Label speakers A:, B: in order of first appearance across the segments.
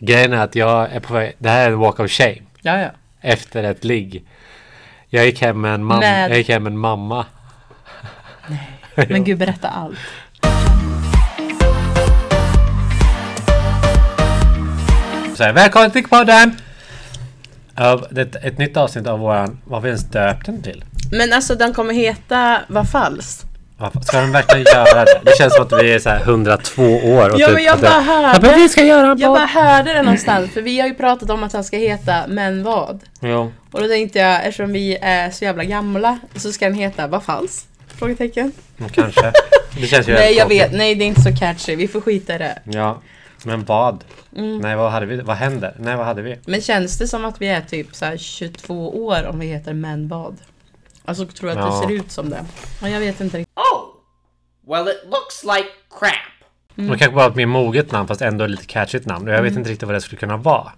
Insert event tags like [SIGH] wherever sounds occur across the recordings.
A: Grejen är att jag är på väg. Det här är en walk of shame.
B: Ja, ja.
A: Efter ett ligg. Jag gick hem med en mamma.
B: Med-
A: Jag gick hem med en mamma.
B: Men gud, berätta allt.
A: Så här, välkommen till podden! Av det, ett nytt avsnitt av våran... Vad har vi ens döpt den till?
C: Men alltså den kommer heta Vad falskt.
A: Varför- Ska de verkligen göra det? Det känns som att vi är så här 102 år. Och typ
C: Ja, men jag
A: att det-
C: bara hörde.
A: Ja, men vi ska göra en
C: Jag bara
A: podd!
C: hörde det någonstans för vi har ju pratat om att den ska heta Men vad?
A: Jo.
C: Och då tänkte jag eftersom vi är så jävla gamla så ska den heta Vad falskt? Frågetecken.
A: Kanske. Det känns ju
C: Nej
A: helt
C: jag
A: tråkigt.
C: vet, nej det är inte så catchy, vi får skita i det.
A: Ja. Men vad?
C: Mm.
A: Nej, vad hade vi? Vad händer? Nej, vad hade vi?
C: Men känns det som att vi är typ så här 22 år om vi heter Men vad? Alltså tror jag att
A: Ja.
C: det ser ut som det. Ja, jag vet inte riktigt.
D: Oh! Well, it looks like crap.
C: Mm.
A: Det kanske bara ett mer moget namn fast ändå ett lite catchigt namn. Och jag vet inte riktigt vad det skulle kunna vara.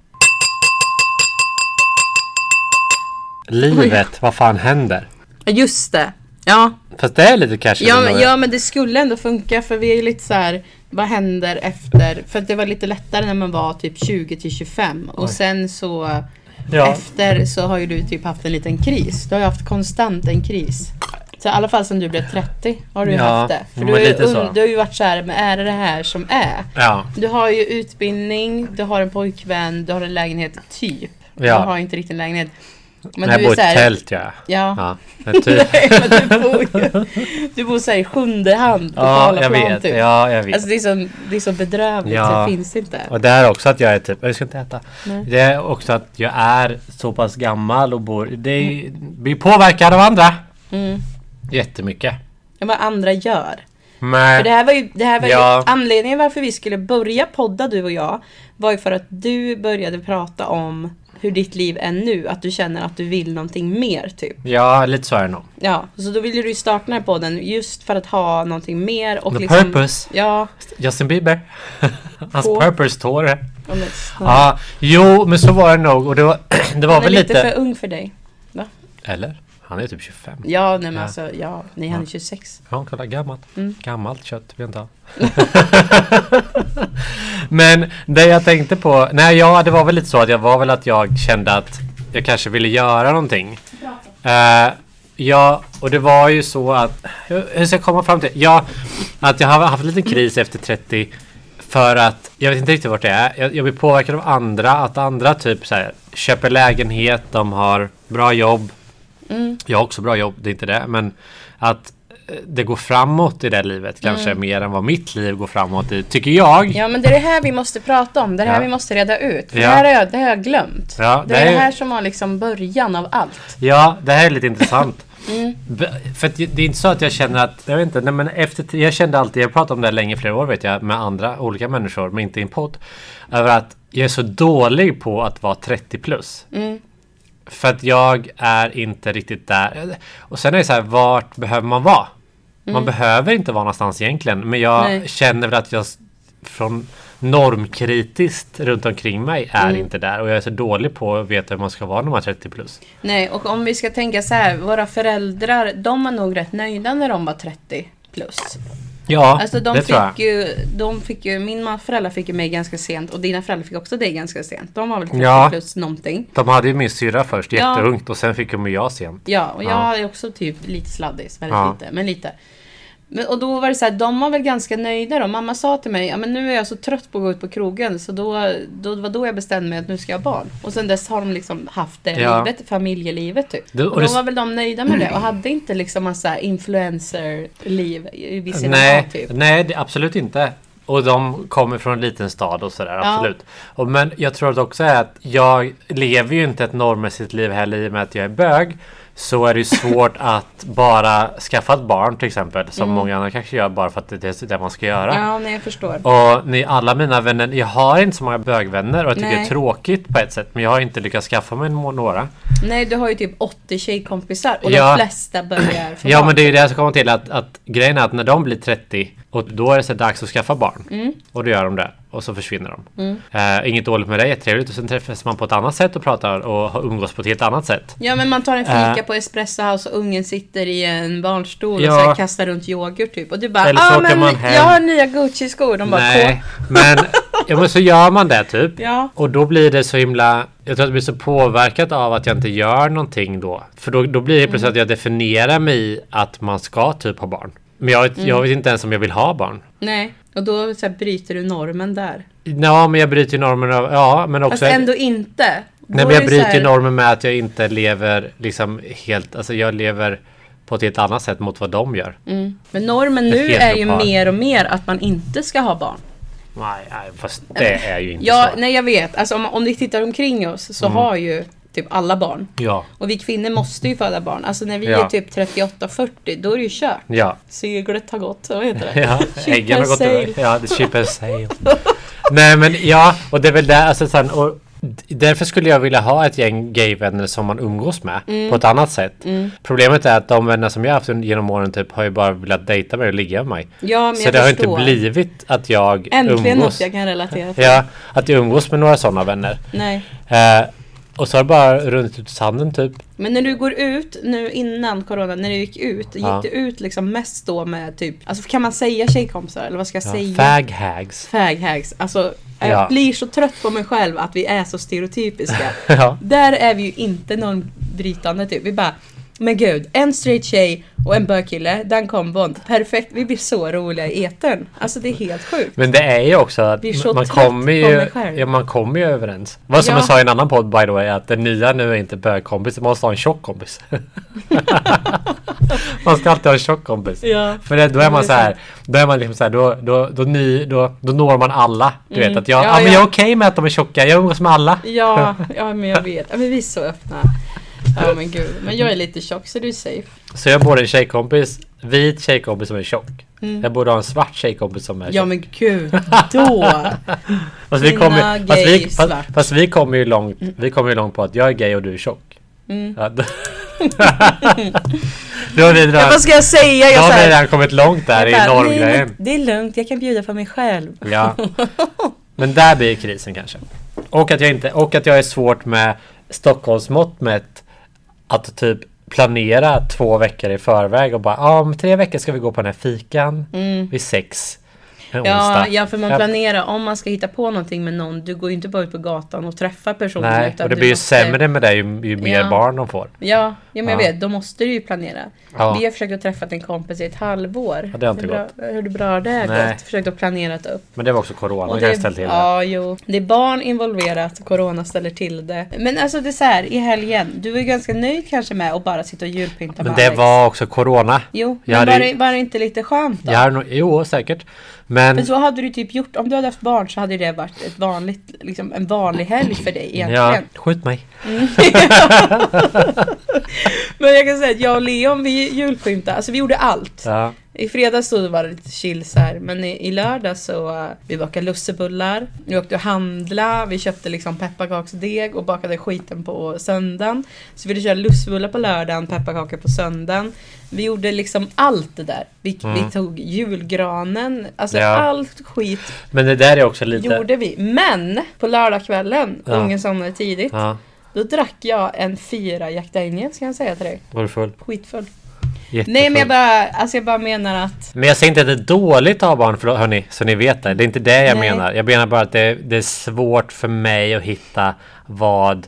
A: Livet, vad fan händer?
C: Just det! Ja,
A: Fast det är lite catchigt
C: Ja
A: ändå.
C: men, ja men det skulle ändå funka för vi är ju lite så här. Vad händer efter? För att det var lite lättare när man var typ 20 till 25 och sen så
A: Ja.
C: efter så har ju du typ haft en liten kris. Du har ju haft konstant en kris. Så i alla fall sen du blev 30 har du ju
A: Ja,
C: haft det. För
A: men
C: du, är,
A: lite så.
C: ung- du har ju varit så här, men är det det här som är?
A: Ja.
C: Du har ju utbildning, du har en pojkvän, du har en lägenhet, typ.
A: Ja.
C: Du har ju inte riktigt en lägenhet. Men
A: jag
C: du
A: bor
C: är
A: i
C: så
A: ett
C: här,
A: tält ja.
C: Ja.
A: ja. Men typ.
C: [LAUGHS] Nej, men du bor ju Du bor såhär i sjunde hand på
A: ja, jag
C: Karlaplan
A: vet.
C: typ.
A: Ja, jag vet.
C: Alltså det är så, det är så bedrövligt
A: Ja.
C: så det finns inte.
A: Och det är också att jag är typ, jag ska inte äta. Det är också att jag är så pass gammal och bor, det är, blir påverkad av andra. Jättemycket.
C: Mm. Ja, vad andra gör. För det
A: Men,
C: här var ju, det här var ju
A: Ja.
C: anledningen varför vi skulle börja podda du och jag var ju för att du började prata om hur ditt liv är nu, att du känner att du vill någonting mer typ.
A: ja lite så är det nog.
C: Ja, så då ville du ju starta den här podden just för att ha någonting mer och
A: The
C: liksom...
A: purpose.
C: Ja,
A: Justin Bieber. [LAUGHS] Hans
C: På.
A: purpose tårar.
C: om det,
A: Ja, jo men så var det nog och det var, [CLEARS THROAT] det var
C: Han är
A: väl
C: lite
A: lite...
C: för ung för dig.
A: Eller? Han är typ 25.
C: Ja, nej men
A: Ja.
C: alltså, ja, nej han är 26.
A: Ja, kolla gammalt.
C: Mm.
A: Gammalt kött vi inte har. Men det jag tänkte på, nej ja det var väl lite så att jag var väl att jag kände att jag kanske ville göra någonting. Eh, ja, och det var ju så att, hur hur ska jag komma fram till? Ja, att jag har haft en liten kris efter 30 för att jag vet inte riktigt vart det är. Jag, jag blir påverkad av andra, att andra typ så här, köper lägenhet, de har bra jobb. Jag har också bra jobb, det är inte det, men att eh, det går framåt i det livet kanske mer än vad mitt liv går framåt i, tycker jag.
C: Ja men det är det här vi måste prata om, det är det här
A: Ja.
C: vi måste reda ut. För
A: Ja.
C: det, här har jag, det har jag glömt.
A: Ja,
C: det,
A: det
C: är
A: är-
C: det här som var liksom början av allt.
A: Ja, det här är lite intressant. B- För att det är inte så att jag känner att, jag vet inte, nej men efter, jag kände alltid, jag pratade om det här länge, flera år vet jag, med andra, olika människor, men inte i en podd. Över att jag är så dålig på att vara 30 plus. För att jag är inte riktigt där. Och sen är det så här, vart behöver man vara? Man behöver inte vara någonstans egentligen, men jag
C: Nej.
A: känner väl att jag s- från normkritiskt runt omkring mig är inte där och jag är så dålig på att veta hur man ska vara när man är 30 plus.
C: Nej, och om vi ska tänka så här, våra föräldrar, de var nog rätt nöjda när de var 30 plus.
A: Ja,
C: Alltså de
A: det
C: fick
A: tror jag.
C: ju, de fick ju, min ma- föräldrar fick ju mig ganska sent och dina föräldrar fick också dig ganska sent. De var väl 30
A: Ja.
C: plus någonting.
A: De hade ju min syrra först,
C: Ja.
A: jätteungt, och sen fick de ju jag sent.
C: Ja, och jag
A: Ja.
C: är också typ lite sladdig, väldigt
A: Ja.
C: lite, men lite. Men, och då var det så här, de var väl ganska nöjda då. Mamma sa till mig, ja men nu är jag så trött på att gå ut på krogen, så då, då det var då jag bestämde mig att nu ska jag ha barn. Och sen dess har de liksom haft det
A: Ja.
C: livet, familjelivet typ.
A: Du, och
C: och då
A: det- Mm.
C: var väl de nöjda med det och hade inte liksom en så här influencer-liv i- vid sidan
A: Nej,
C: av typ.
A: nej det, absolut inte. Och de kommer från en liten stad och sådär,
C: Ja.
A: absolut. Och, men jag tror att också är att jag lever ju inte ett normmässigt liv heller i och med att jag är bög. Så är det ju
C: [LAUGHS]
A: svårt att bara skaffa ett barn till exempel, som många andra kanske gör bara för att det är det man ska göra.
C: Mm. Ja, nej jag förstår.
A: Och ni, alla mina vänner, jag har inte så många bögvänner och jag tycker
C: Nej.
A: det är tråkigt på ett sätt. Men jag har inte lyckats skaffa mig nå- några.
C: Nej, du har ju typ 80 tjejkompisar och
A: Ja.
C: de
A: [CLEARS THROAT]
C: flesta börjar få
A: Ja
C: barn.
A: men det är ju det jag ska komma till att, att grejen är att när de blir 30 och då är det så dags att skaffa barn.
C: Mm.
A: Och då gör de det och så försvinner de. Eh, inget dåligt med det, jättetrevligt. Och sen träffas man på ett annat sätt och pratar och umgås på ett helt annat sätt.
C: Ja men man tar en fika
A: Äh.
C: på Espresso House och ungen sitter i en barnstol
A: Ja.
C: och så här kastar runt yoghurt typ. Och du bara
A: Eller så
C: ah,
A: åker
C: men
A: man hem."
C: jag har nya Gucci-skor. De bara
A: Nej,
C: "Kå."
A: men Ja men så gör man det typ.
C: Ja.
A: Och då blir det så himla... Jag tror att det blir så påverkat av att jag inte gör någonting då. För då, då blir det plötsligt
C: Mm.
A: att jag definierar mig i att man ska typ ha barn. Men jag,
C: Mm.
A: jag vet inte ens om jag vill ha barn.
C: Nej, och då så här, bryter du normen där.
A: Ja, men jag bryter ju normen av... Ja, men också...
C: Fast ändå inte. Då
A: nej,
C: är
A: men jag
C: det
A: bryter
C: så
A: ju
C: här-
A: normen med att jag inte lever liksom helt... Alltså jag lever på ett helt annat sätt mot vad de gör.
C: Mm. Men normen
A: Ett
C: nu är ju
A: heteropar.
C: mer och mer att man inte ska ha barn.
A: Nej, nej, fast det är ju inte
C: Ja,
A: så.
C: nej jag vet. Alltså om, om vi tittar omkring oss
A: Mm.
C: så har ju typ alla barn.
A: Ja,
C: Och vi kvinnor måste ju föda barn. Alltså när vi
A: Ja.
C: är typ 38-40, då är det ju kört. [LAUGHS]
A: ja.
C: Seglet har gått, vad heter det?
A: Ja,
C: Ship
A: äggen har
C: has
A: gått iväg.
C: sailed.
A: Ja, the ship has sailed. Nej men ja, och det är väl där, alltså sen, och d- därför skulle jag vilja ha ett gäng gayvänner som man umgås med
C: Mm.
A: på ett annat sätt. Problemet är att de vänner som jag haft un- genom åren typ har ju bara velat dejta mig och ligga med mig.
C: Ja, men
A: Så
C: jag
A: det har ju
C: förstår.
A: inte blivit att jag
C: Äntligen något
A: umgås.
C: jag kan relatera till.
A: Ja, att jag umgås med några sådana vänner.
C: Nej.
A: Eh, och så har det bara runnit ut i sanden typ.
C: Men när du går ut nu innan corona, när du gick ut, gick
A: Ja.
C: du ut liksom mest då med typ, alltså kan man säga tjejkompisar eller vad ska jag
A: Ja,
C: säga?
A: fag hags. [LAUGHS]
C: Faghags. Alltså,
A: Ja.
C: jag blir så trött på mig själv att vi är
A: [LAUGHS]
C: så stereotypiska.
A: Ja.
C: Där är vi ju inte normbrytande typ. Vi bara, men gud, en straight tjej och en bögkille, den kombon, perfekt. Vi blir så roliga i etern. Alltså det är helt sjukt.
A: Men det är ju också att
C: Vi är så
A: man
C: trött
A: kommer,
C: på
A: ju,
C: mig själv.
A: ja, man kommer ju överens. Vad som
C: Ja.
A: jag sa i en annan podd by the way, att det nya nu är inte bögkompis, man måste ha en tjock kompis. [LAUGHS] man ska alltid ha en tjock kompis.
C: Ja.
A: För det, då är
C: Ja,
A: man
C: det är
A: så här, då är man liksom så här, då, då, då, ny, då, då når man alla. Du vet att jag,
C: Mm. Ja,
A: ja, men
C: ja.
A: jag är okej med att de är tjocka, jag umgås med alla.
C: Ja, ja men jag vet. Ja, men vi är så öppna. Ja men gud, men jag är lite tjock så du är safe.
A: Så jag borde ha en tjejkompis, vit tjejkompis som är tjock. Mm. Jag borde ha en svart tjejkompis som är tjock.
C: Mm. Ja men gud,
A: [LAUGHS]
C: då!
A: Fast vi
C: Kvinna,
A: kommer fast
C: gay,
A: vi, fast,
C: svart. Mm.
A: fast vi kommer ju långt, vi kommer ju långt på att jag är gay och du är tjock. Ja,
C: [LAUGHS]
A: då, då har vi
C: Ja,
A: redan,
C: vad ska Mm. jag säga?
A: då
C: Jag
A: har vi
C: såhär,
A: redan kommit långt där i
C: jag bara, "Mm." nej,
A: normgrejen.
C: men Det är lugnt, jag kan bjuda för mig själv.
A: Ja. Men där blir ju krisen kanske. Och att jag inte, och att jag är svårt med Stockholmsmått mätt att typ planera två veckor i förväg och bara ah, om tre veckor ska vi gå på den här fikan vid sex. en
C: Mm. Ja,
A: onsdag."
C: ja, för man
A: Ja.
C: planerar om man ska hitta på någonting med någon. Du går ju inte bara ut på gatan och träffar personer.
A: Nej,
C: utan
A: och det
C: du
A: blir ju
C: måste-
A: sämre med det ju, ju mer
C: Ja.
A: barn de får.
C: Ja, ja men jag
A: Ja.
C: vet. Då måste du ju planera.
A: Ja.
C: Vi har försökt att träffa en kompis i ett halvår.
A: Ja, det har inte
C: hur, bra,
A: gått.
C: hur bra det har
A: Nej.
C: gått. Försökt att planera upp.
A: Men det var också corona, det
C: Och det,
A: kan jag ställa till det.
C: ja, jo. Det är barn involverat, corona ställer till det. Men alltså det är så här, i helgen, du var ju ganska nöjd kanske med att bara sitta och julpynta
A: Men
C: med
A: det
C: Alex.
A: var också corona.
C: Jo,
A: Jag
C: men
A: hade
C: var
A: ju-
C: det, var det inte lite skönt då?
A: Jag hade nog, jo, säkert. Men
C: Men så hade du typ gjort, om du hade haft barn så hade det varit ett vanligt, liksom en vanlig helg för dig
A: ja, [LAUGHS]
C: egentligen. [LAUGHS]
A: skjut mig.
C: Men jag kan säga att jag och Leon vi julskymtade, alltså vi gjorde allt.
A: Ja.
C: I fredags så var det lite chill så här, men i, i lördag så eh, vi bakade lussebullar, vi åkte och handla, vi köpte liksom pepparkaksdeg och bakade skiten på söndagen. Så vi ville köra lussebullar på lördagen, pepparkakor på söndagen. Vi gjorde liksom allt det där. Vi, vi tog julgranen, alltså
A: Mm. Ja.
C: allt skit
A: Men det där är också lite...
C: gjorde vi. Men på lördagskvällen,
A: Ja.
C: ungen somnade tidigt,
A: Ja,
C: då drack jag en fyra Jack Daniels kan jag säga till dig.
A: var du full?
C: Skitfull.
A: Jättefull.
C: Nej men jag bara, alltså jag bara menar att
A: Men jag säger inte att det är dåligt att ha barn, förlåt, hörni, så ni vet det. Det är inte det jag
C: Nej.
A: menar. Jag menar bara att det, det är svårt för mig att hitta vad,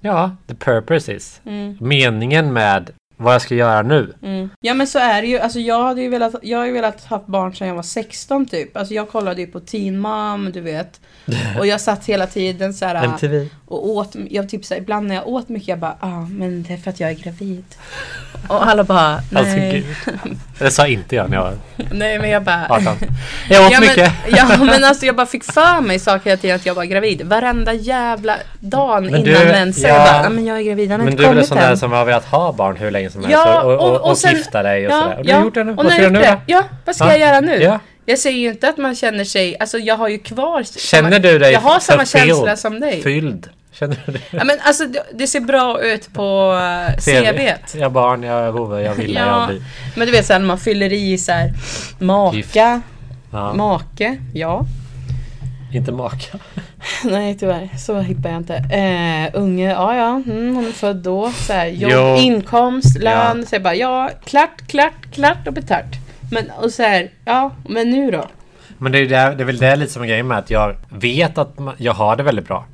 A: ja, the purpose is.
C: Mm.
A: Meningen med vad jag ska göra nu.
C: Ja men så är det ju, alltså jag hade ju velat, jag har ju velat ha barn sedan jag var 16 typ. Alltså jag kollade ju på Teen Mom,
A: [LAUGHS]
C: du vet. Och jag satt hela tiden så här
A: MTV.
C: och åt, jag typ så här, ibland när jag åt mycket jag bara ah men det är för att jag är gravid. Och alla bara
A: Alltså
C: nej.
A: gud.
C: [LAUGHS]
A: Det sa inte jag när jag var
C: nej men jag bara
A: 18. Jag åt
C: ja,
A: mycket.
C: Men, [LAUGHS] ja men alltså jag bara fick för mig saker hela tiden att jag var gravid. Varenda jävla dagen
A: Men du-
C: innan mensen.
A: ja.
C: jag bara, "Ah, men jag är gravid, den har
A: Men
C: inte
A: du är väl en
C: kommit
A: sån där
C: än.
A: som har velat ha barn hur länge som helst
C: Ja,
A: och, och,
C: och-
A: och,
C: och sen-
A: gifta dig och sådär. Och du
C: ja.
A: har gjort det nu.
C: Och
A: Vad
C: när
A: ska du
C: jag
A: nu
C: gjort
A: då?
C: det, Ja, vad ska
A: Ja.
C: jag göra nu?
A: Ja.
C: Jag säger ju inte att man känner sig, alltså jag har ju kvar
A: Känner du dig
C: Jag har samma
A: fulfilled?
C: känsla som dig.
A: Fylld? Känner du det?
C: Ja, men alltså det, det ser bra ut på uh, CVt.
A: Jag har barn, jag har vovve, jag vill, jag
C: Ja.
A: blir.
C: Men du vet såhär när man fyller i såhär
A: Gift.
C: maka,
A: Ja,
C: make, ja. [LAUGHS]
A: inte maka.
C: Nej tyvärr, så hippar jag inte. Eh, unge, ja ja, mm, hon är född då. Så här, jobb,
A: Jo.
C: inkomst, lön.
A: Ja.
C: Så jag bara ja, klart, klart, klart och betart. Men och så här, ja, men nu då?
A: Men det är, ju det, det är väl det lite som är grejen med att jag vet att man, jag har det väldigt bra.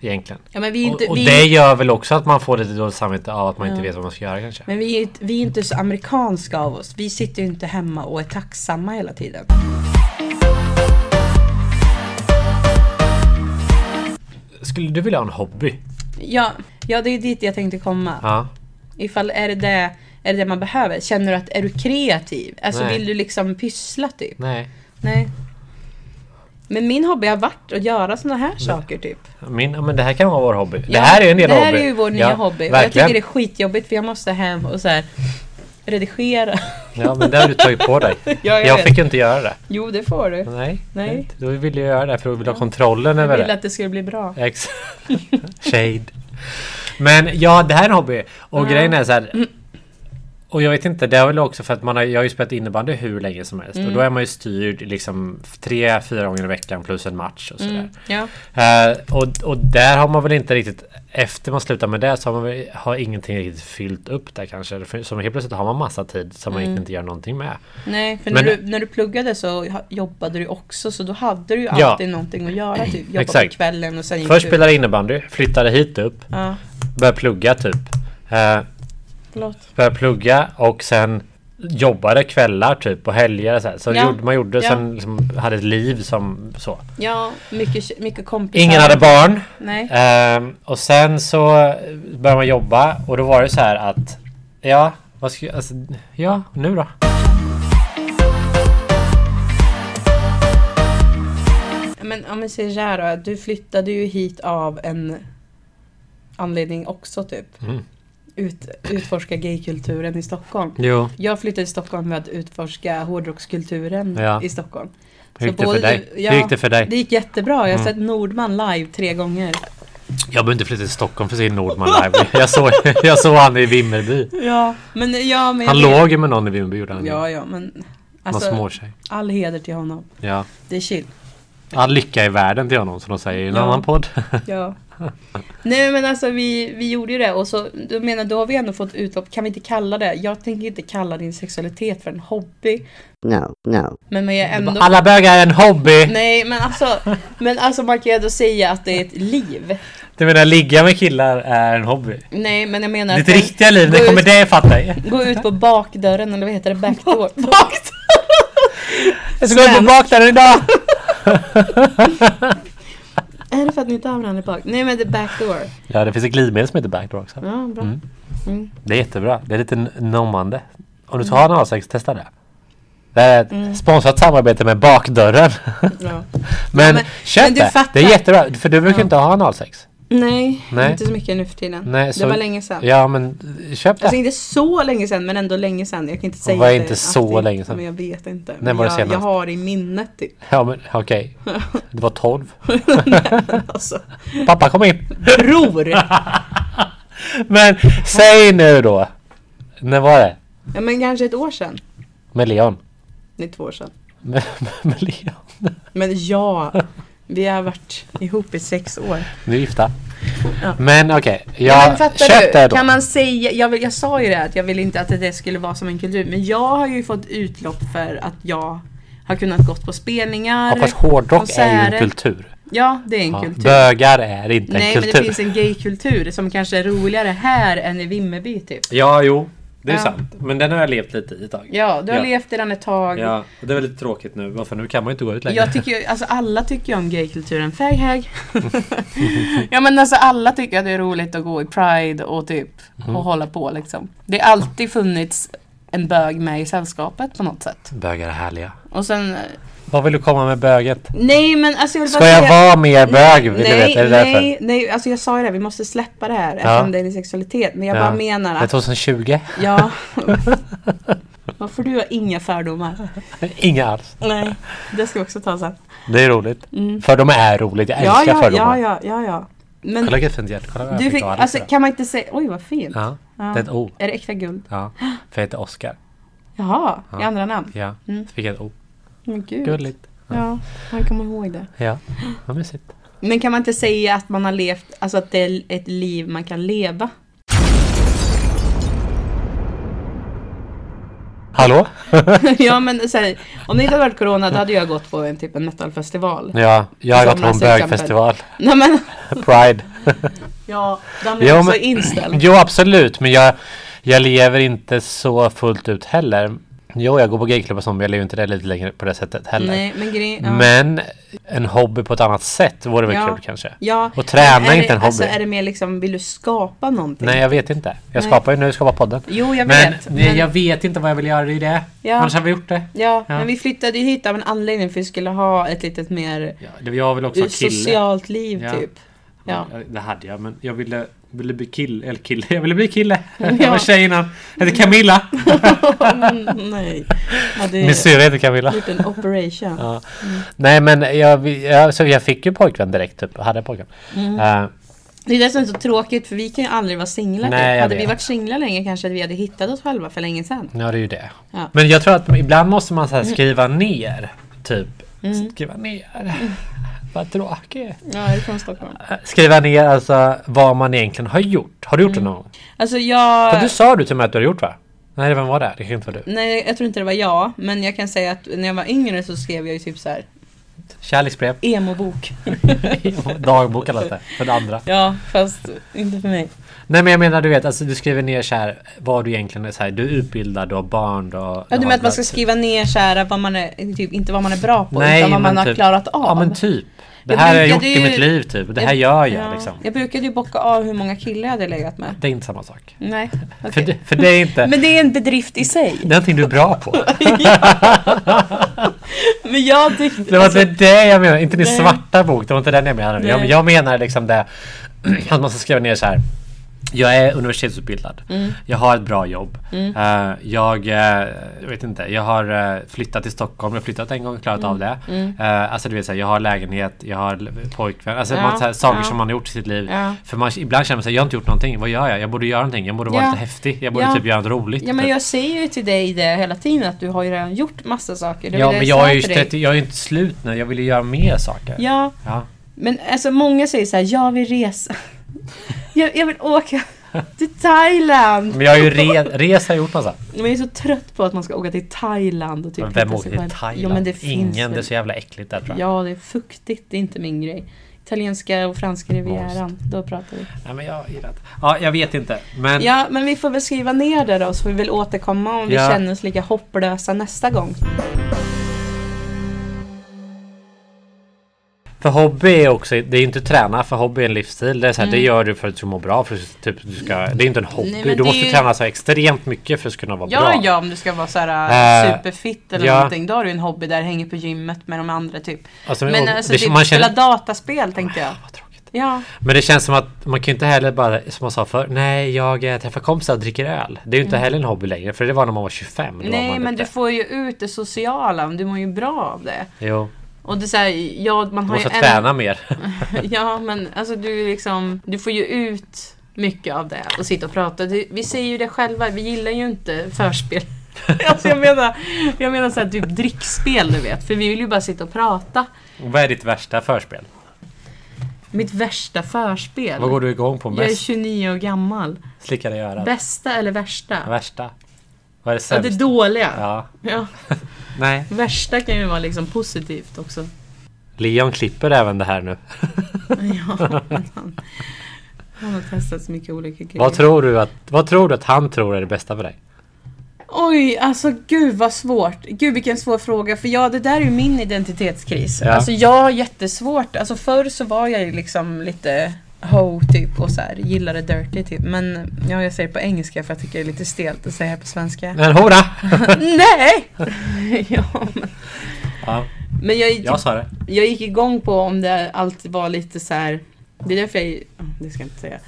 A: Egentligen.
C: Ja, men vi är Mm. inte,
A: och och
C: vi,
A: det gör väl också att man får lite dåligt samvete av att man inte vet vad man ska göra kanske.
C: men vi, är inte- vi är inte så amerikanska av oss. Vi sitter ju inte hemma och är tacksamma hela tiden.
A: Skulle du vilja ha en hobby?
C: Ja, ja det är dit jag tänkte komma.
A: Ja.
C: Ifall är det det, är det det man behöver? Känner du att är du kreativ? Alltså
A: Nej.
C: vill du liksom pyssla typ?
A: Nej.
C: Nej. Men min hobby har varit att göra såna här saker typ.
A: Min, ja, men det här kan vara vår hobby. det
C: Ja,
A: här är en del
C: Det här
A: hobby.
C: är ju vår nya
A: ja,
C: hobby. Och jag
A: Verkligen.
C: tycker det är skitjobbigt för jag måste hem och så här redigera. [LAUGHS]
A: Ja men det har du tagit på dig.
C: Ja,
A: jag
C: jag vet.
A: fick ju inte göra det.
C: Jo, det får du.
A: Nej.
C: Nej.
A: inte. Då ville jag göra det för att vill ha kontrollen
C: Jag
A: över
C: vill
A: det.
C: att det skulle bli bra.
A: Ex- [LAUGHS] Shade. Men ja, det här är en hobby. Och
C: Ja.
A: grejen är så här. Och jag vet inte, det är väl också för att man har, jag har ju spelat innebandy hur länge som helst.
C: Mm.
A: Och då är man ju styrd liksom tre, fyra gånger i veckan plus en match och sådär.
C: Mm. Ja.
A: Eh, och, och där har man väl inte riktigt... Efter man slutar med det så har man väl, har ingenting riktigt fyllt upp där kanske. För, så helt plötsligt har man massa tid som man
C: Mm.
A: egentligen inte gör någonting med.
C: Nej, för
A: Men-
C: när, du, när du pluggade så ha- jobbade du också så då hade du ju
A: Ja.
C: alltid någonting att göra. Typ. Jobba
A: Exakt.
C: på kvällen och sen gick
A: Först
C: du...
A: spelade jag innebandy, flyttade hit upp,
C: Ja,
A: började plugga typ. Eh,
C: förlåt.
A: började plugga och sen jobbade kvällar typ och helger och så, här. så
C: Ja.
A: gjorde, man gjorde
C: Ja.
A: sen liksom, hade ett liv som så.
C: Ja, mycket, mycket kompisar.
A: Ingen hade barn.
C: Nej.
A: Ehm, och sen så började man jobba och då var det så här att ja, vad ska jag, alltså, ja, nu då?
C: Men om vi säger så här då, du flyttade ju hit av en anledning också typ.
A: Mm.
C: Ut, utforska gaykulturen i Stockholm.
A: Jo,
C: Jag flyttade till Stockholm för att utforska hårdrockskulturen
A: Ja.
C: i Stockholm.
A: hur gick
C: Så
A: det för
C: både
A: dig?
C: du- ja,
A: Hur gick det för dig?
C: Det gick jättebra.
A: Mm.
C: Jag har sett Nordman live tre gånger.
A: Jag behöver inte flytta till Stockholm för att se Nordman live. [LAUGHS] Jag såg, jag såg han i Vimmerby.
C: Ja, men ja, men
A: Han
C: jag-
A: låg ju med någon i Vimmerby gjorde han ju.
C: Ja, ja, men
A: Någon
C: alltså,
A: småtjej.
C: all heder till honom.
A: Ja.
C: Det
A: [LAUGHS]
C: är chill.
A: All lycka i världen till honom som de säger i en
C: Ja.
A: annan podd.
C: Ja. Nej men alltså vi, vi gjorde ju det och så, du menar då har vi ändå fått utlopp, kan vi inte kalla det, jag tänker inte kalla din sexualitet för en hobby.
E: No, no.
C: Men man är ändå...
A: Alla bögar är en hobby!
C: Nej men alltså, men alltså man kan ju ändå säga att det är ett liv.
A: Du menar ligga med killar är en hobby?
C: Nej men jag menar...
A: Ditt
C: att-
A: riktiga liv,
C: gå
A: det kommer
C: ut-
A: det fatta
C: [LAUGHS]
A: jag.
C: Gå ut på bakdörren eller vad heter det?
A: [LAUGHS]
C: Backdoor? Bakdörren!
A: Jag ska gå ut på bakdörren idag!
C: Är det för att ni inte har varandra i bak? Nej men det är backdoor.
A: Ja, det finns ett glidmedel som heter backdoor också.
C: Ja, bra.
A: Mm.
C: Mm.
A: Det är jättebra. Det är lite nommande. Om du ska ha en A6, testa det. Det här är ett
C: Mm.
A: sponsrat samarbete med bakdörren.
C: Ja.
A: Men,
C: men-
A: köp
C: men
A: det! Det
C: du
A: är
C: fattar.
A: jättebra, för du brukar inte ha en A6.
C: Nej,
A: Nej.
C: inte så mycket nu för tiden.
A: Nej,
C: Det
A: så-
C: var länge sedan.
A: Ja, men köp det.
C: Alltså inte så länge sedan men ändå länge sedan. Jag kan inte säga
A: var
C: att
A: inte
C: det är
A: så
C: aktivt,
A: länge sedan?
C: Men jag vet inte.
A: När
C: Men
A: var det
C: jag,
A: senast?
C: jag har i minnet typ. [LAUGHS]
A: Ja, men okej. Det var 12.
C: Alltså,
A: Pappa kom in. [LAUGHS]
C: bror!
A: Men säg nu då. När var det?
C: Ja, men kanske ett år sedan.
A: Med Leon.
C: Nej, två år sedan.
A: Med, [LAUGHS] med Leon.
C: Men ja, vi har varit ihop i sex år.
A: Nu är gifta.
C: Ja.
A: Men okej,
C: Ja,
A: jag
C: men fattar
A: köp
C: du?
A: det då.
C: Kan man säga, jag, vill, jag sa ju det att jag ville inte att det skulle vara som en kultur. Men jag har ju fått utlopp för att jag har kunnat gått på
A: Ja,
C: spelningar.
A: fast hårdrock är ju en
C: konserter.
A: kultur.
C: Ja, det är en
A: Ja,
C: kultur.
A: bögar är inte en
C: Nej, men
A: kultur.
C: det finns en gaykultur som kanske är roligare här än i Vimmerby typ.
A: Ja, jo. Det är
C: Ja.
A: sant. Men den har jag levt lite i ett tag.
C: Ja, du har
A: Ja.
C: levt i den ett tag.
A: Ja, och det är väldigt tråkigt nu. Varför nu kan man ju inte gå ut längre.
C: Jag tycker ju, alltså alla tycker ju om
A: [LAUGHS]
C: gaykulturen. Faghag. ja men alltså alla tycker att det är roligt att gå i Pride och typ
A: Mm.
C: och hålla på liksom. Det har alltid funnits en bög med i sällskapet på något sätt.
A: Bögar är härliga.
C: Och sen...
A: Vad vill du komma med böget?
C: Nej men alltså jag vill
A: Ska jag vara mer bög? Vill du
C: Nej,
A: veta? Är det
C: nej, nej, alltså jag sa ju det, vi måste släppa det här eftersom det är din sexualitet. Men jag
A: Ja.
C: bara menar
A: därför?
C: att,
A: 2020?
C: [LAUGHS] ja. Varför du har inga fördomar?
A: [LAUGHS] Inga alls.
C: Nej, det ska vi också ta sen.
A: Det är roligt.
C: Mm.
A: Fördomar är roligt. Jag
C: Ja,
A: älskar
C: ja,
A: fördomar.
C: ja, ja, ja, ja. Men
A: Kolla vilket fint hjärta. Kolla vad
C: Du
A: jag
C: fick,
A: fick, av Alice
C: alltså
A: idag.
C: kan man inte säga, oj vad fint.
A: Ja,
C: Ja.
A: det är ett O.
C: Är det äkta guld?
A: Ja, för jag heter Oscar.
C: Jaha,
A: Ja.
C: i andra namn.
A: Ja,
C: Mm.
A: så fick jag ett O.
C: Men gud.
A: Gulligt.
C: Ja, man kommer ihåg det. [GASPS]
A: Ja, vad mysigt.
C: Men kan man inte säga att man har levt, alltså att det är ett liv man kan leva?
A: Hallå?
C: [LAUGHS] ja men säg, om det inte hade varit corona då hade jag gått på en typ en metalfestival.
A: Ja, jag har
C: Som
A: gått på en
C: alltså till
A: bögfestival. [LAUGHS]
C: Nej men,
A: Pride.
C: ja, den
A: Jo,
C: är också
A: men-
C: inställd.
A: Jo, absolut. Men jag, jag lever inte så fullt ut heller. Jo, jag går på gayklubbar som jag lever inte det lite längre på det sättet heller.
C: Nej men grejen, ja.
A: Men en hobby på ett annat sätt vore väl
C: Ja.
A: kul kanske?
C: ja.
A: Och träna
C: men är
A: inte
C: det,
A: en hobby.
C: Alltså är det mer liksom, vill du skapa någonting?
A: Nej, jag vet inte. Jag
C: Nej.
A: skapar ju nu, skapar podden.
C: Jo jag
A: men,
C: vet.
A: nej, jag vet inte vad jag vill göra i det.
C: Ja.
A: Annars hade vi gjort det.
C: Ja,
A: Ja.
C: men vi flyttade ju hit av en anledning för vi skulle ha ett litet mer
A: Ja, det- Jag vill också ha kille.
C: socialt liv
A: Ja.
C: typ. Ja.
A: Det hade jag, men jag ville, ville bli kille. Eller kille. [LAUGHS] Jag ville bli kille. Jag
C: Ja.
A: var tjej innan. Jag heter Camilla.
C: [LAUGHS] Mm, Nej. Ja,
A: [LAUGHS]
C: det
A: Min syrra heter Camilla.
C: gjort en operation.
A: Ja. Nej men jag, vi- jag, så jag fick ju pojkvän direkt typ, hade en pojkvän.
C: Mm.
A: Eh,
C: Det är det som är så tråkigt för vi kan ju aldrig vara singlar.
A: Nej,
C: typ.
A: jag
C: hade vi
A: vet.
C: varit singlar länge kanske vi hade hittat oss själva för länge sedan.
A: ja det är ju det.
C: Ja. Mm.
A: Men jag tror att ibland måste man så här skriva ner. Typ. Skriva ner. Vad tråkigt.
C: Ja, är du från Stockholm?
A: Eh, Skriva ner alltså vad man egentligen har gjort. Har du gjort det någon gång?
C: Alltså
A: För du
C: jag...
A: sa du till mig att du hade gjort va? Nej vem var det? Det kanske inte var du.
C: Nej, jag tror inte det var jag. Men jag kan säga att när jag var yngre så skrev jag ju typ så här [LAUGHS]
A: Kärleksbrev. [LAUGHS]
C: emo-bok.
A: Dagbok kallas det. För det andra.
C: Ja, fast inte för mig.
A: Nej men jag menar du vet, alltså, du skriver ner så här, vad du egentligen är så här, du är utbildad, du har barn, du har...
C: Ja, du
A: har
C: menar att man ska
A: ett-
C: skriva ner så här, vad man är, typ, inte vad man är bra på,
A: typ. Nej,
C: utan vad
A: men
C: man har
A: typ-
C: klarat av.
A: Ja men typ. Det
C: Jag
A: här har jag gjort
C: brukade
A: i
C: ju-
A: mitt liv typ. Det här gör jag
C: Ja.
A: liksom.
C: Jag brukade ju bocka av hur många killar jag hade legat med.
A: Det är inte samma sak.
C: Nej, okej.
A: För, det, för det är inte...
C: Men det är en bedrift i sig.
A: Det är någonting du är bra på.
C: Men jag alltså,
A: [LAUGHS]
C: tyckte...
A: Det var inte det jag menade, inte din
C: nej.
A: svarta bok. Det var inte den jag menade. Jag,
C: Nej.
A: jag menar liksom det att man ska skriva ner så här. Jag är universitetsutbildad.
C: Mm.
A: Jag har ett bra jobb. Eh, jag, eh, jag vet inte, jag har eh, flyttat till Stockholm. Jag har flyttat en gång och klarat
C: Mm.
A: av det. Eh, alltså du vet, så här, jag har lägenhet, jag har l- pojkvän. Alltså
C: Ja,
A: man, så här, saker
C: ja.
A: som man har gjort i sitt liv.
C: Ja.
A: För man, ibland känner man sig jag har inte gjort någonting. Vad gör jag? Jag borde göra någonting. Jag borde vara
C: Ja.
A: lite häftig. Jag borde
C: Ja.
A: typ göra något roligt.
C: Ja men
A: typ.
C: jag säger ju till dig det hela tiden att du har ju redan gjort massa saker. Det var
A: ja,
C: det
A: men jag
C: sa
A: är ju
C: till dig.
A: 30, jag är ju inte slut nu. Jag vill ju göra mer saker.
C: Ja,
A: Ja.
C: men alltså många säger så här, jag vill resa. [LAUGHS] Jag, jag vill åka till Thailand.
A: Men jag har
C: [LAUGHS]
A: ju re, resa har jag gjort massa.
C: Men jag är så trött på att man ska åka till Thailand och typ
A: Men Vem
C: hitta
A: åker
C: sig
A: till
C: själv.
A: Thailand?
C: Ja, men det finns
A: Ingen, det är
C: väl-
A: så jävla äckligt där tror jag.
C: Ja, det är fuktigt. Det är inte min grej. Italienska och franska rivieran. Då pratar vi.
A: Nej, men jag gillar inte. Ja, jag vet inte. Men
C: Ja, men vi får väl skriva ner det då så får vi väl återkomma om vi
A: Ja.
C: känner oss lika hopplösa nästa gång.
A: för hobby är också, det är ju inte träna, för hobby är en livsstil. Det, är så här, det gör du för att du mår bra. För att typ, du ska, det är inte en hobby.
C: Mm. Nej, men
A: du
C: det är
A: måste
C: ju-
A: träna så här extremt mycket för att kunna vara bra.
C: ja, om du ska vara så
A: här, Eh,
C: superfit
A: eller ja. någonting.
C: Då har du en hobby där, hänger på gymmet med de andra typ.
A: Alltså, och det- man känner-
C: dataspel tänkte jag.
A: Vad tråkigt.
C: Ja,
A: Men det känns som att man kan ju inte heller bara, som man sa förr, nej jag eh, träffar kompisar och dricker öl. Det är ju inte heller en hobby längre, för det var när man var 25. då var
C: Mm. nej
A: man
C: men
A: lite-
C: du får ju ut det sociala, du mår ju bra av det.
A: Jo,
C: Och det är så här, ja man
A: du
C: har ju
A: måste träna mer.
C: Ja men alltså du liksom, du får ju ut mycket av det och sitta och prata. Du, vi säger ju det själva, vi gillar ju inte förspel. [LAUGHS] alltså jag menar, jag menar så här, typ drickspel du vet, för vi vill ju bara sitta och prata.
A: Vad är ditt värsta förspel?
C: Mitt värsta förspel.
A: Vad går du igång på
C: jag är
A: mest?
C: 29 år gammal.
A: Slicka dig i örat.
C: Bästa eller värsta?
A: Värsta? Vad är det
C: Ja, det
A: sämsta?
C: dåliga.
A: Ja.
C: Ja.
A: Nej.
C: Värsta kan ju vara liksom
A: [LAUGHS]
C: positivt också.
A: Leon klipper även det här nu.
C: Ja, men han, han har testat så mycket olika grejer.
A: Vad tror, du att, vad tror du att han tror är det bästa för dig?
C: Oj, alltså gud vad svårt. Gud vilken svår fråga. För ja, det där är ju min identitetskris.
A: Ja.
C: Alltså jag har jättesvårt. Alltså förr så var jag ju liksom lite ho typ och så här, gillade dirty typ. Men ja, jag säger på engelska för jag tycker det är lite stelt att säga
A: [LAUGHS]
C: på svenska.
A: Men hora!
C: [LAUGHS] Nej! [LAUGHS] ja, men
A: Ja,
C: men jag, är typ,
A: jag sa det.
C: jag gick igång på om det alltid var lite så här. Det är därför jag... Det ska jag inte säga.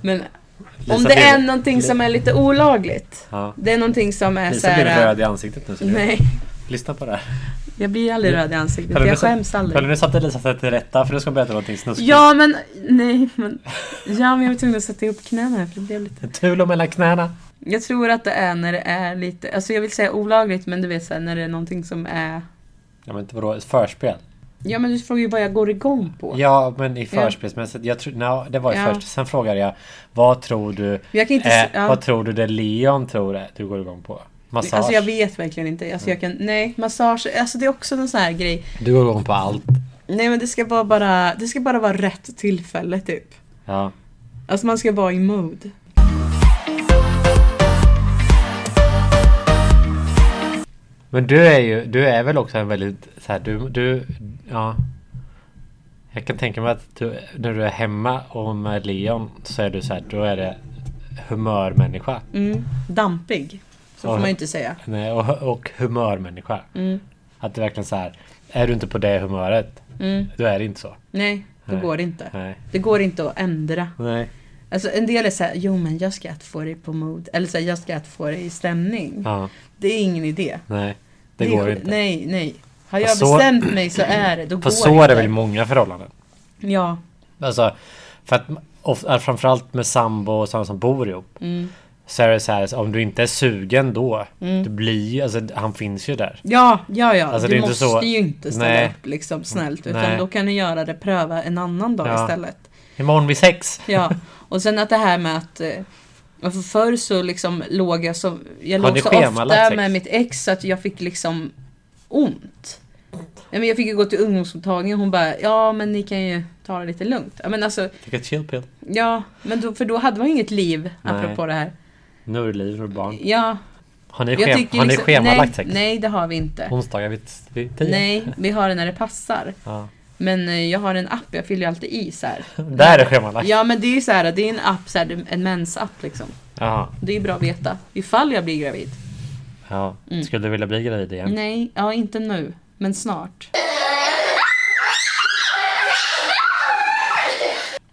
C: Men om
A: Lisa
C: det är
A: blev-
C: någonting som är lite olagligt.
A: Ja.
C: Det är någonting som är så
A: Lisa blev
C: här... äh,
A: röd i ansiktet nu. Så det-
C: Nej.
A: Lyssna på det här.
C: Jag blir aldrig röd i ansiktet,
A: Hörru, nu
C: jag
A: sa-
C: skäms
A: Hörru,
C: aldrig.
A: nu satte Lisa sig till rätta för du ska berätta någonting snuskigt.
C: Ja men, nej men. Ja men jag var tvungen att sätta ihop knäna här för det blev lite.
A: Tulo mellan knäna.
C: Jag tror att det är när det är lite, alltså jag vill säga olagligt men du vet såhär när det är någonting som är.
A: Ja men inte vadå, ett förspel?
C: Ja men du frågar ju vad jag går igång på.
A: Ja men i
C: Ja.
A: förspelsmässigt, jag tror, no, det var ju
C: Ja.
A: först. Sen frågade jag, vad tror du,
C: Jag kan inte,
A: eh,
C: se- ja.
A: vad tror du det Leon tror är- du går igång på? Massage. Mm.
C: Alltså jag vet verkligen inte. Alltså jag kan, nej, massage, alltså det är också en sån här grej.
A: Du går igång på allt.
C: Nej men det ska bara, bara, det ska bara vara rätt tillfälle typ.
A: Ja.
C: Alltså man ska vara i mood.
A: Men du är ju, du är väl också en väldigt så här, du, du, ja. Jag kan tänka mig att du, när du är hemma och med Leon så är du så här, då är det humörmänniska.
C: Mm. Dampig. Så
A: Ja.
C: får man ju inte säga.
A: Nej, och, och humörmänniska.
C: Mm.
A: Att det verkligen så här, är du inte på det humöret,
C: Mm.
A: då är det inte så.
C: Nej, då
A: Nej.
C: går det inte.
A: Nej.
C: Det går inte att ändra.
A: Nej.
C: Alltså en del är såhär, jo men jag ska att få dig på mod. Eller såhär, jag ska att få dig i stämning.
A: Ja,
C: Det är ingen idé.
A: nej. Det,
C: är
A: går
C: sk-
A: inte.
C: Nej, nej. Har
A: Och
C: jag
A: så-
C: bestämt mig så är det. Då går
A: För så är det
C: inte.
A: väl i många förhållanden.
C: Ja.
A: Alltså, för att of, äh, framförallt med sambo och sådana som bor ihop.
C: Mm.
A: Så är det så här, så om du inte är sugen då,
C: Mm.
A: du blir ju- alltså han finns ju där.
C: Ja, ja, ja.
A: Alltså,
C: du
A: det är inte
C: måste
A: så-
C: ju inte ställa
A: Nej. Mm.
C: upp liksom snällt. Utan
A: Nej.
C: då kan du göra det, pröva en annan dag
A: Ja.
C: istället.
A: Imorgon vid sex.
C: Ja. Och sen att det här med att eh, alltså förr så liksom låg jag så, jag
A: Har
C: låg
A: ni
C: så
A: schemalagt
C: ofta
A: sex?
C: med mitt ex att jag fick liksom ont. Ja, men jag fick ju gå till ungdomsmottagningen och hon bara ja men ni kan ju ta det lite lugnt. Ja men alltså
A: Take a chill pill.
C: ja men då, för då hade man ju inget liv
A: Nej.
C: apropå det här.
A: Nu är det liv, nu är det barn.
C: Ja,
A: Har ni,
C: jag
A: schem-
C: tycker
A: har ni
C: liksom,
A: schemalagt
C: nej,
A: sex?
C: nej det har vi inte.
A: Onsdagar vid, vid tio?
C: Nej, vi har det när det passar.
A: Ja.
C: Men eh, jag har en app, jag fyller ju alltid i
A: [LAUGHS]
C: så här.
A: Där är schemalagt.
C: Ja men det är ju så här, det är en app, så här, en mensapp liksom.
A: Jaha.
C: Det är bra att veta ifall jag blir gravid.
A: Ja. Skulle du vilja bli gravid igen?
C: Mm. Nej, ja inte nu, men snart.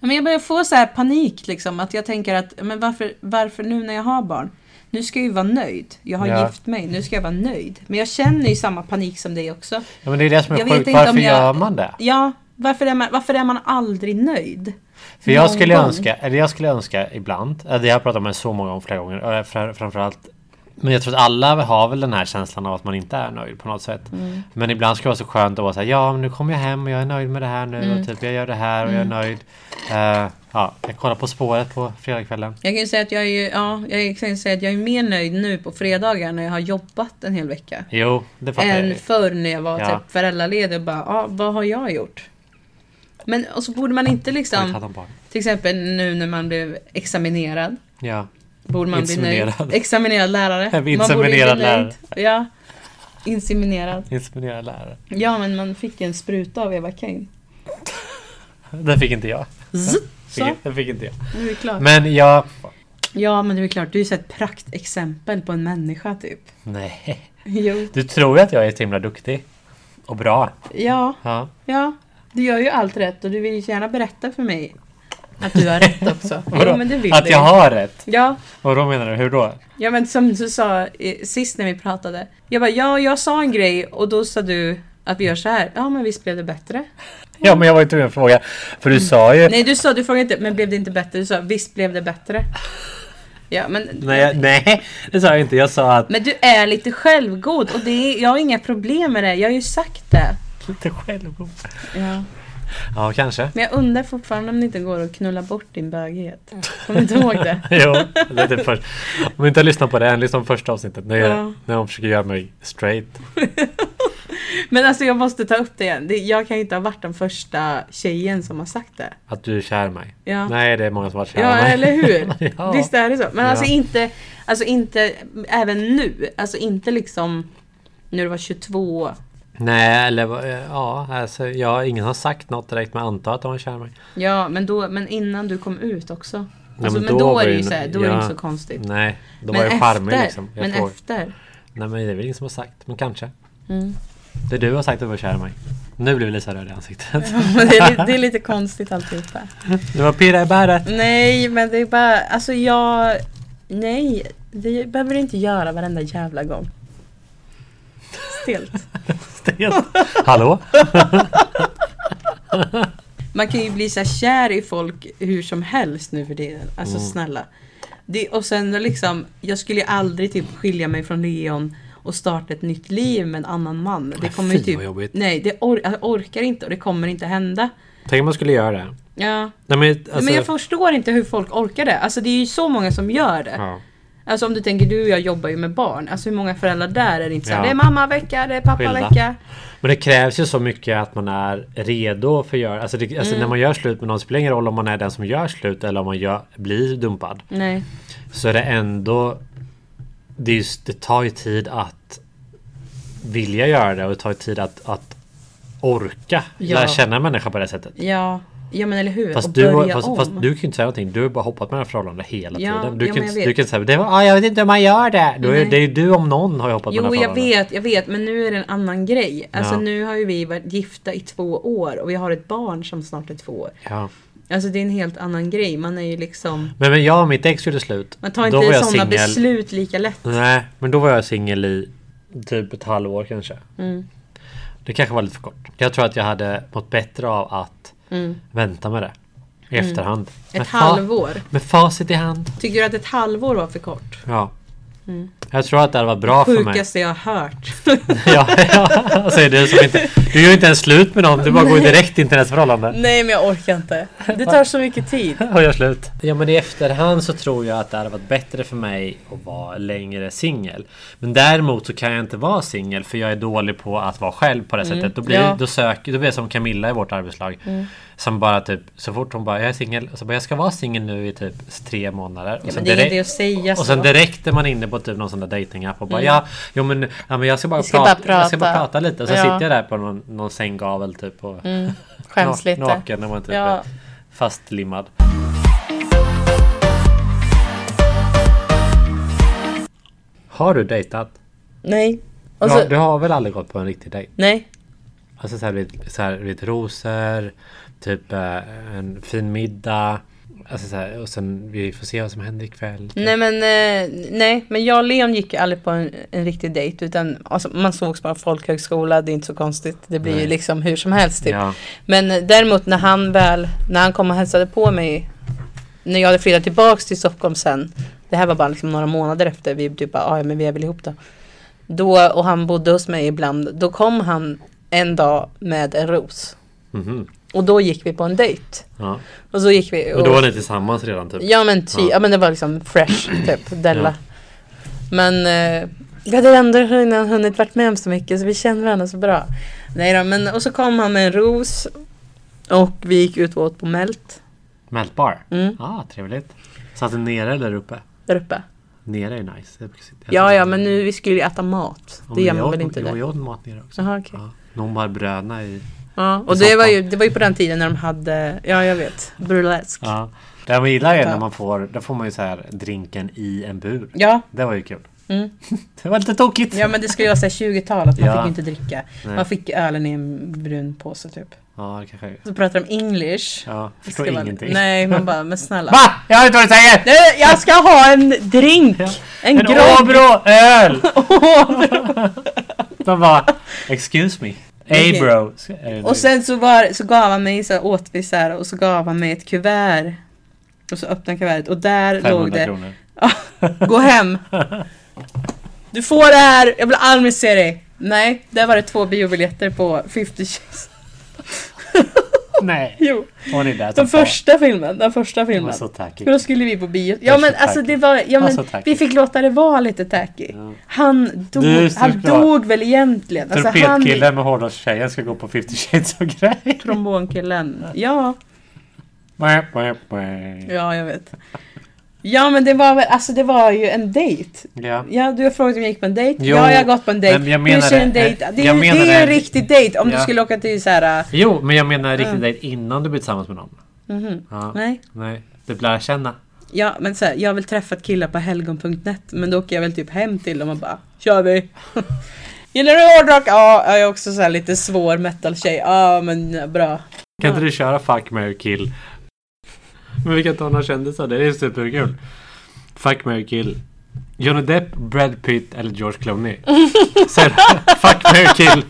C: Ja, Men jag börjar få så här panik liksom, att jag tänker att men varför, varför nu när jag har barn? Nu ska jag ju vara nöjd. Jag har
A: Ja.
C: gift mig, nu ska jag vara nöjd. Men jag känner ju samma panik som dig också.
A: Ja, men det är det som är
C: Jag vet
A: sjukt.
C: inte om
A: Varför
C: jag-
A: gör man det?
C: Ja, varför är man, varför är man aldrig nöjd?
A: För jag
C: Någon
A: skulle
C: gång.
A: önska, eller jag skulle önska ibland, eh, det har jag pratat om det så många gånger flera gånger, och fr- framförallt men jag tror att alla har väl den här känslan av att man inte är nöjd på något sätt.
C: Mm.
A: Men ibland skulle det vara så skönt att vara såhär, ja men nu kommer jag hem och jag är nöjd med det här nu
C: Mm.
A: och typ jag gör det här och jag är nöjd. Eh, ja, jag kollar på spåret på fredagskvällen.
C: Jag kan ju säga att jag är, ju- ja, jag kan ju säga att jag är mer nöjd nu på fredagar när jag har jobbat en hel vecka.
A: Jo, det fattar jag
C: än
A: ju.
C: förr när jag var
A: Ja.
C: typ föräldraledig och bara, ah, vad har jag gjort? Men och så borde man inte
A: Oj,
C: liksom,
A: tattan barn.
C: till exempel nu när man blev examinerad,
A: Ja.
C: borde man bli nöjd.
A: Inseminerad.
C: Examinerad lärare.
A: [LAUGHS] Jag blir
C: Man borde ju bli
A: inseminerad
C: nöjd. Ja. Inseminerad.
A: Inspirerad lärare.
C: Ja, men man fick en spruta av Eva Kane.
A: Det fick inte jag.
C: Zzz,
A: Fick,
C: Så,
A: det fick inte jag.
C: nu är det klart.
A: Men jag...
C: Ja, men det är klart, du är ju så ett praktexempel på en människa typ.
A: Nej.
C: Jo.
A: Du tror ju att jag är så himla duktig. Och bra.
C: Ja.
A: Ja.
C: Ja, du gör ju allt rätt och du vill ju så gärna berätta för mig att du har rätt också.
A: [LAUGHS] Vadå?
C: jo, men det vill
A: att
C: du.
A: jag har rätt?
C: Ja,
A: Och då menar du? Hur då?
C: ja, men som du sa eh, sist när vi pratade. Jag bara, ja, jag sa en grej och då sa du att vi gör så här. Ja, men visst blev det bättre?
A: Ja men jag var ju tvungen att fråga. För du sa ju...
C: Mm. Nej, du sa, du frågade inte, men blev det inte bättre? Du sa, visst blev det bättre? Ja, men,
A: Nej, jag- nej, det sa jag inte. Jag sa att...
C: men du är lite självgod och det är, jag har inga problem med det. Jag har ju sagt det.
A: Lite självgod.
C: Ja.
A: Ja, kanske.
C: Men jag undrar fortfarande om det inte går att knulla bort din bögighet. Kommer du inte ihåg det?
A: [LAUGHS] Jo, det är typ först. Om ni inte har lyssnat på det än, lyssna på första avsnittet. När,
C: Ja.
A: jag, när hon försöker göra mig straight.
C: Men alltså jag måste ta upp det igen. Det- Jag kan ju inte ha varit den första tjejen som har sagt det.
A: Att du är kär i mig.
C: Ja,
A: Nej, det är många som har varit kära
C: ja
A: i mig.
C: eller hur?
A: [LAUGHS] ja.
C: Visst är det så? Men
A: Ja.
C: alltså, inte, alltså inte, även nu, alltså inte liksom när du var 22.
A: Nej, eller vad- ja, alltså, jag, ingen har sagt något direkt men jag antar att de var kär i mig.
C: Ja, men, då, men innan du kom ut också.
A: Ja,
C: Alltså,
A: men
C: men, då,
A: då var
C: är det
A: ju
C: ju
A: en-
C: så här, då är det
A: ja.
C: inte så konstigt.
A: Nej, de
C: men
A: var ju charmig
C: efter,
A: liksom. Jag
C: men
A: får,
C: efter. [LAUGHS]
A: Nej men det är väl ingen som har sagt, men kanske.
C: Mm.
A: Det du har sagt att du var kär i mig. Nu blev Lisa röd i ansiktet. [LAUGHS]
C: det, är, li- det är lite konstigt alltihopa.
A: Det var pirra i bäret.
C: Nej, men det är bara, alltså jag, nej, det behöver du inte göra varenda jävla gång. Stelt.
A: Stelt. Hallå?
C: Man kan ju bli så här kär i folk hur som helst nu för tiden. Alltså
A: Mm.
C: snälla. Det, och sen liksom, jag skulle ju aldrig typ skilja mig från Leon och starta ett nytt liv med en annan man. Det
A: Nej,
C: kommer ju
A: fy,
C: typ,
A: vad jobbigt.
C: nej, det or, jag orkar inte och det kommer inte hända.
A: Tänk om man skulle göra det.
C: Ja.
A: Nej men alltså...
C: men jag förstår inte hur folk orkar det. Alltså det är ju så många som gör det.
A: ja.
C: Alltså om du tänker, du och jag jobbar ju med barn. Alltså hur många föräldrar där är det inte så här,
A: Ja.
C: det är mammavecka, det är
A: Skilda.
C: pappavecka.
A: Men det krävs ju så mycket att man är redo för att göra... Alltså, det, alltså när
C: Mm.
A: man gör slut med någon spelar ingen roll om man är den som gör slut eller om man gör, blir dumpad.
C: Nej.
A: Så är det ändå... Det, är just, det tar ju tid att vilja göra det och det tar ju tid att, att orka
C: Ja.
A: lära känna en människa på det sättet.
C: Ja. Ja men eller hur?
A: Fast
C: och
A: du, har-
C: börja
A: fast,
C: om.
A: fast du kan ju inte säga någonting. Du har bara hoppat med det här förhållandet hela
C: Ja,
A: tiden. Du,
C: ja,
A: kan,
C: men
A: inte-
C: jag
A: du
C: vet.
A: kan inte säga det var, ah, jag vet inte hur man gör det. Då är,
C: Nej.
A: det är ju du om någon har ju hoppat med
C: Jo
A: det här
C: jag
A: förhållandet.
C: vet, jag vet. Men nu är det en annan grej. Alltså
A: Ja.
C: nu har ju vi varit gifta i två år och vi har ett barn som snart är två år.
A: Ja.
C: Alltså det är en helt annan grej. Man är ju liksom...
A: Men, men jag och mitt ex gjorde slut.
C: Man tar
A: Då var
C: inte
A: jag
C: sådana
A: singel. Mm.
C: beslut lika lätt.
A: Nej, men då var jag singel i typ ett halvår kanske.
C: Mm.
A: Det kanske var lite för kort. Jag tror att jag hade mått bättre av att
C: Mm.
A: vänta med det. I efterhand. Med
C: Ett
A: fa-
C: halvår.
A: Med facit i hand.
C: Tycker du att ett halvår var för kort?
A: Ja.
C: Mm.
A: Jag tror att det hade varit bra för mig.
C: Sjukaste jag har hört. [LAUGHS]
A: [LAUGHS] ja, ja. Alltså, det är som inte, du gör ju inte ens slut med någon. Du bara går direkt in till hennes förhållande.
C: Nej men jag orkar inte. Det tar så mycket tid.
A: Och gör slut. Ja men i efterhand så tror jag att det hade varit bättre för mig att vara längre singel. Men däremot så kan jag inte vara singel för jag är dålig på att vara själv på det sättet. Då blir,
C: Mm. ja. Mm.
A: då, söker, då blir jag som Camilla i vårt arbetslag. Som bara typ så fort hon bara jag är singel. Så bara jag ska vara singel nu i typ tre månader. Och
C: Ja,
A: sen
C: men det är
A: direkt-
C: inte att säga
B: Alltså,
C: så.
A: och sen direkt är man inne på typ någon sån där datingapp och bara ja, jo men, ja, men jag ska bara,
B: Mm. Vi ska
A: prata,
B: bara
A: Jag ska bara
B: prata."
A: prata lite. Och så
B: Ja. Mm.
A: sitter jag där på någon, någon sänggavel typ och
B: Skäms
A: na-
B: lite.
A: naken när man typ
C: Ja.
A: är fastlimmad. Har du dejtat?
C: Nej.
A: Ja,
C: Och så,
A: du har väl aldrig gått på en riktig dejt?
C: Nej.
A: Alltså så här, lite, så här, lite rosor, typ eh, en fin middag. Alltså så här, och sen vi får se vad som händer ikväll.
B: Mm.
C: Nej men, eh, nej men jag och Leon gick ju aldrig på en, en riktig dejt utan alltså, man sågs på en folkhögskola, det är inte så konstigt. Det blir
A: Nej.
C: ju liksom hur som helst typ.
A: Ja.
C: Men eh, däremot när han väl, när han kom och hälsade på mig när jag hade flyttat tillbaks till Stockholm sen. Det här var bara liksom några månader efter vi typ bara, "Ah, ja men vi är väl ihop då. Då, och han bodde hos mig ibland, då kom han en dag med en ros.
A: Mhm.
C: Och då gick vi på en dejt.
A: ja.
C: Och så gick vi
A: Och då var ni tillsammans redan typ?
C: Ja men ty,
A: Ja.
C: ja. men det var liksom fresh [CLEARS THROAT] typ, Della.
A: Ja.
C: Men eh, vi hade ändå innan hunnit varit med om så mycket så vi känner varandra så bra. Nej då, men och så kom han med en ros och vi gick ut och åt på Melt
A: Mältbar?
C: Mm.
A: Ah, trevligt. Satt ni nere eller uppe?
C: där uppe.
A: Nere är nice. Jag brukar sitta- jag
C: Ja
A: sitter-
C: ja men nu vi skulle ju äta mat.
A: Ja,
C: Det
A: men
C: gör
A: jag
C: man
A: åt-
C: väl inte
A: Jo,
C: där.
A: jag åt mat nere också.
C: Jaha okej.
A: Ja. Någon bar bröna i...
C: Ja, och
A: I
C: det var,
A: soffan.
C: ju, det var ju på den tiden när de hade, ja jag vet, burlesk. Ja.
A: Ja. Det man gillar är när
C: Ja.
A: man får, då får man ju så här drinken i en bur.
C: ja.
A: Det var ju kul.
C: Mm.
A: [LAUGHS] det var lite tokigt.
C: Ja men det skulle vara såhär 20-tal att man
A: Ja.
C: fick ju inte dricka.
A: Nej.
C: Man fick ölen i en brun påse typ.
A: Ja, det kanske...
C: Så pratar de english.
A: Ja,
C: Det
A: förstår
C: ska vara-
A: ingenting.
C: nej, man bara, men snälla.
A: Va? Jag hör inte vad du säger!
C: Nej, jag ska ha en drink!
A: Ja.
C: En,
A: En
C: grogg!
A: Åbro-öl! De bara... Excuse me. Ey
C: Okej.
A: bro. Ska- är det-
C: [LAUGHS] Och sen så, var, så gav han mig, så här, åt vi så här, och så gav han mig ett kuvert. Och så öppnade jag kuvertet och där låg
A: 500
C: det,
A: kronor.
C: gå hem!
A: [LAUGHS]
C: Du får det här, jag vill aldrig se dig! Nej, där var det två biobiljetter på 50 Shades.
A: Nej.
C: [LAUGHS] Jo,
A: Hon är där som
C: den
A: fan.
C: första filmen, den första
A: Hon var
C: filmen.
A: så
C: För då
A: tacky.
C: skulle vi på bio.
A: Jag är
C: Ja
A: så
C: men alltså
A: tacky.
C: det var, ja
A: Jag är
C: men
A: så tacky.
C: vi fick låta det vara lite tacky.
A: Ja.
C: Han
A: Du är
C: dog,
A: så
C: han
A: klar.
C: dog väl egentligen. Alltså han,
A: Trumpetkillen med hårdrockstjejen ska gå på 50 shades och grejer. [LAUGHS]
C: trombonkillen. Ja,
A: Ja.
C: ja jag vet. Ja men det var väl, alltså det var ju en dejt. Ja du har frågat om jag gick på en dejt.
A: Jo,
C: ja jag har gått på en dejt.
A: men jag menar
C: du ser en
A: det.
C: dejt. Det är,
A: Jag
C: ju-
A: menar
C: det är ju en
A: det.
C: riktig dejt om
A: Ja.
C: du skulle åka till så här. äh,
A: Jo, men jag menar riktigt
C: Mm.
A: dejt innan du blir tillsammans med någon.
C: mhm.
A: Ja. Nej.
C: Nej,
A: Typ lära känna.
C: ja men så här, jag har väl träffat killar på helgon.net men då åker jag väl typ hem till dem och bara kör vi. [LAUGHS] Gillar du hårdrock? Ja, jag är också så här lite svår metal-tjej. Ja men bra.
A: Kan
C: Ja.
A: inte du köra Fuck, marry, kill? Men vi kan ta några kändisar. Det är superkul. Fuck, marry, kill. Johnny Depp, Brad Pitt eller George
C: [LAUGHS]
A: Clooney. Sen, fuck, marry, kill.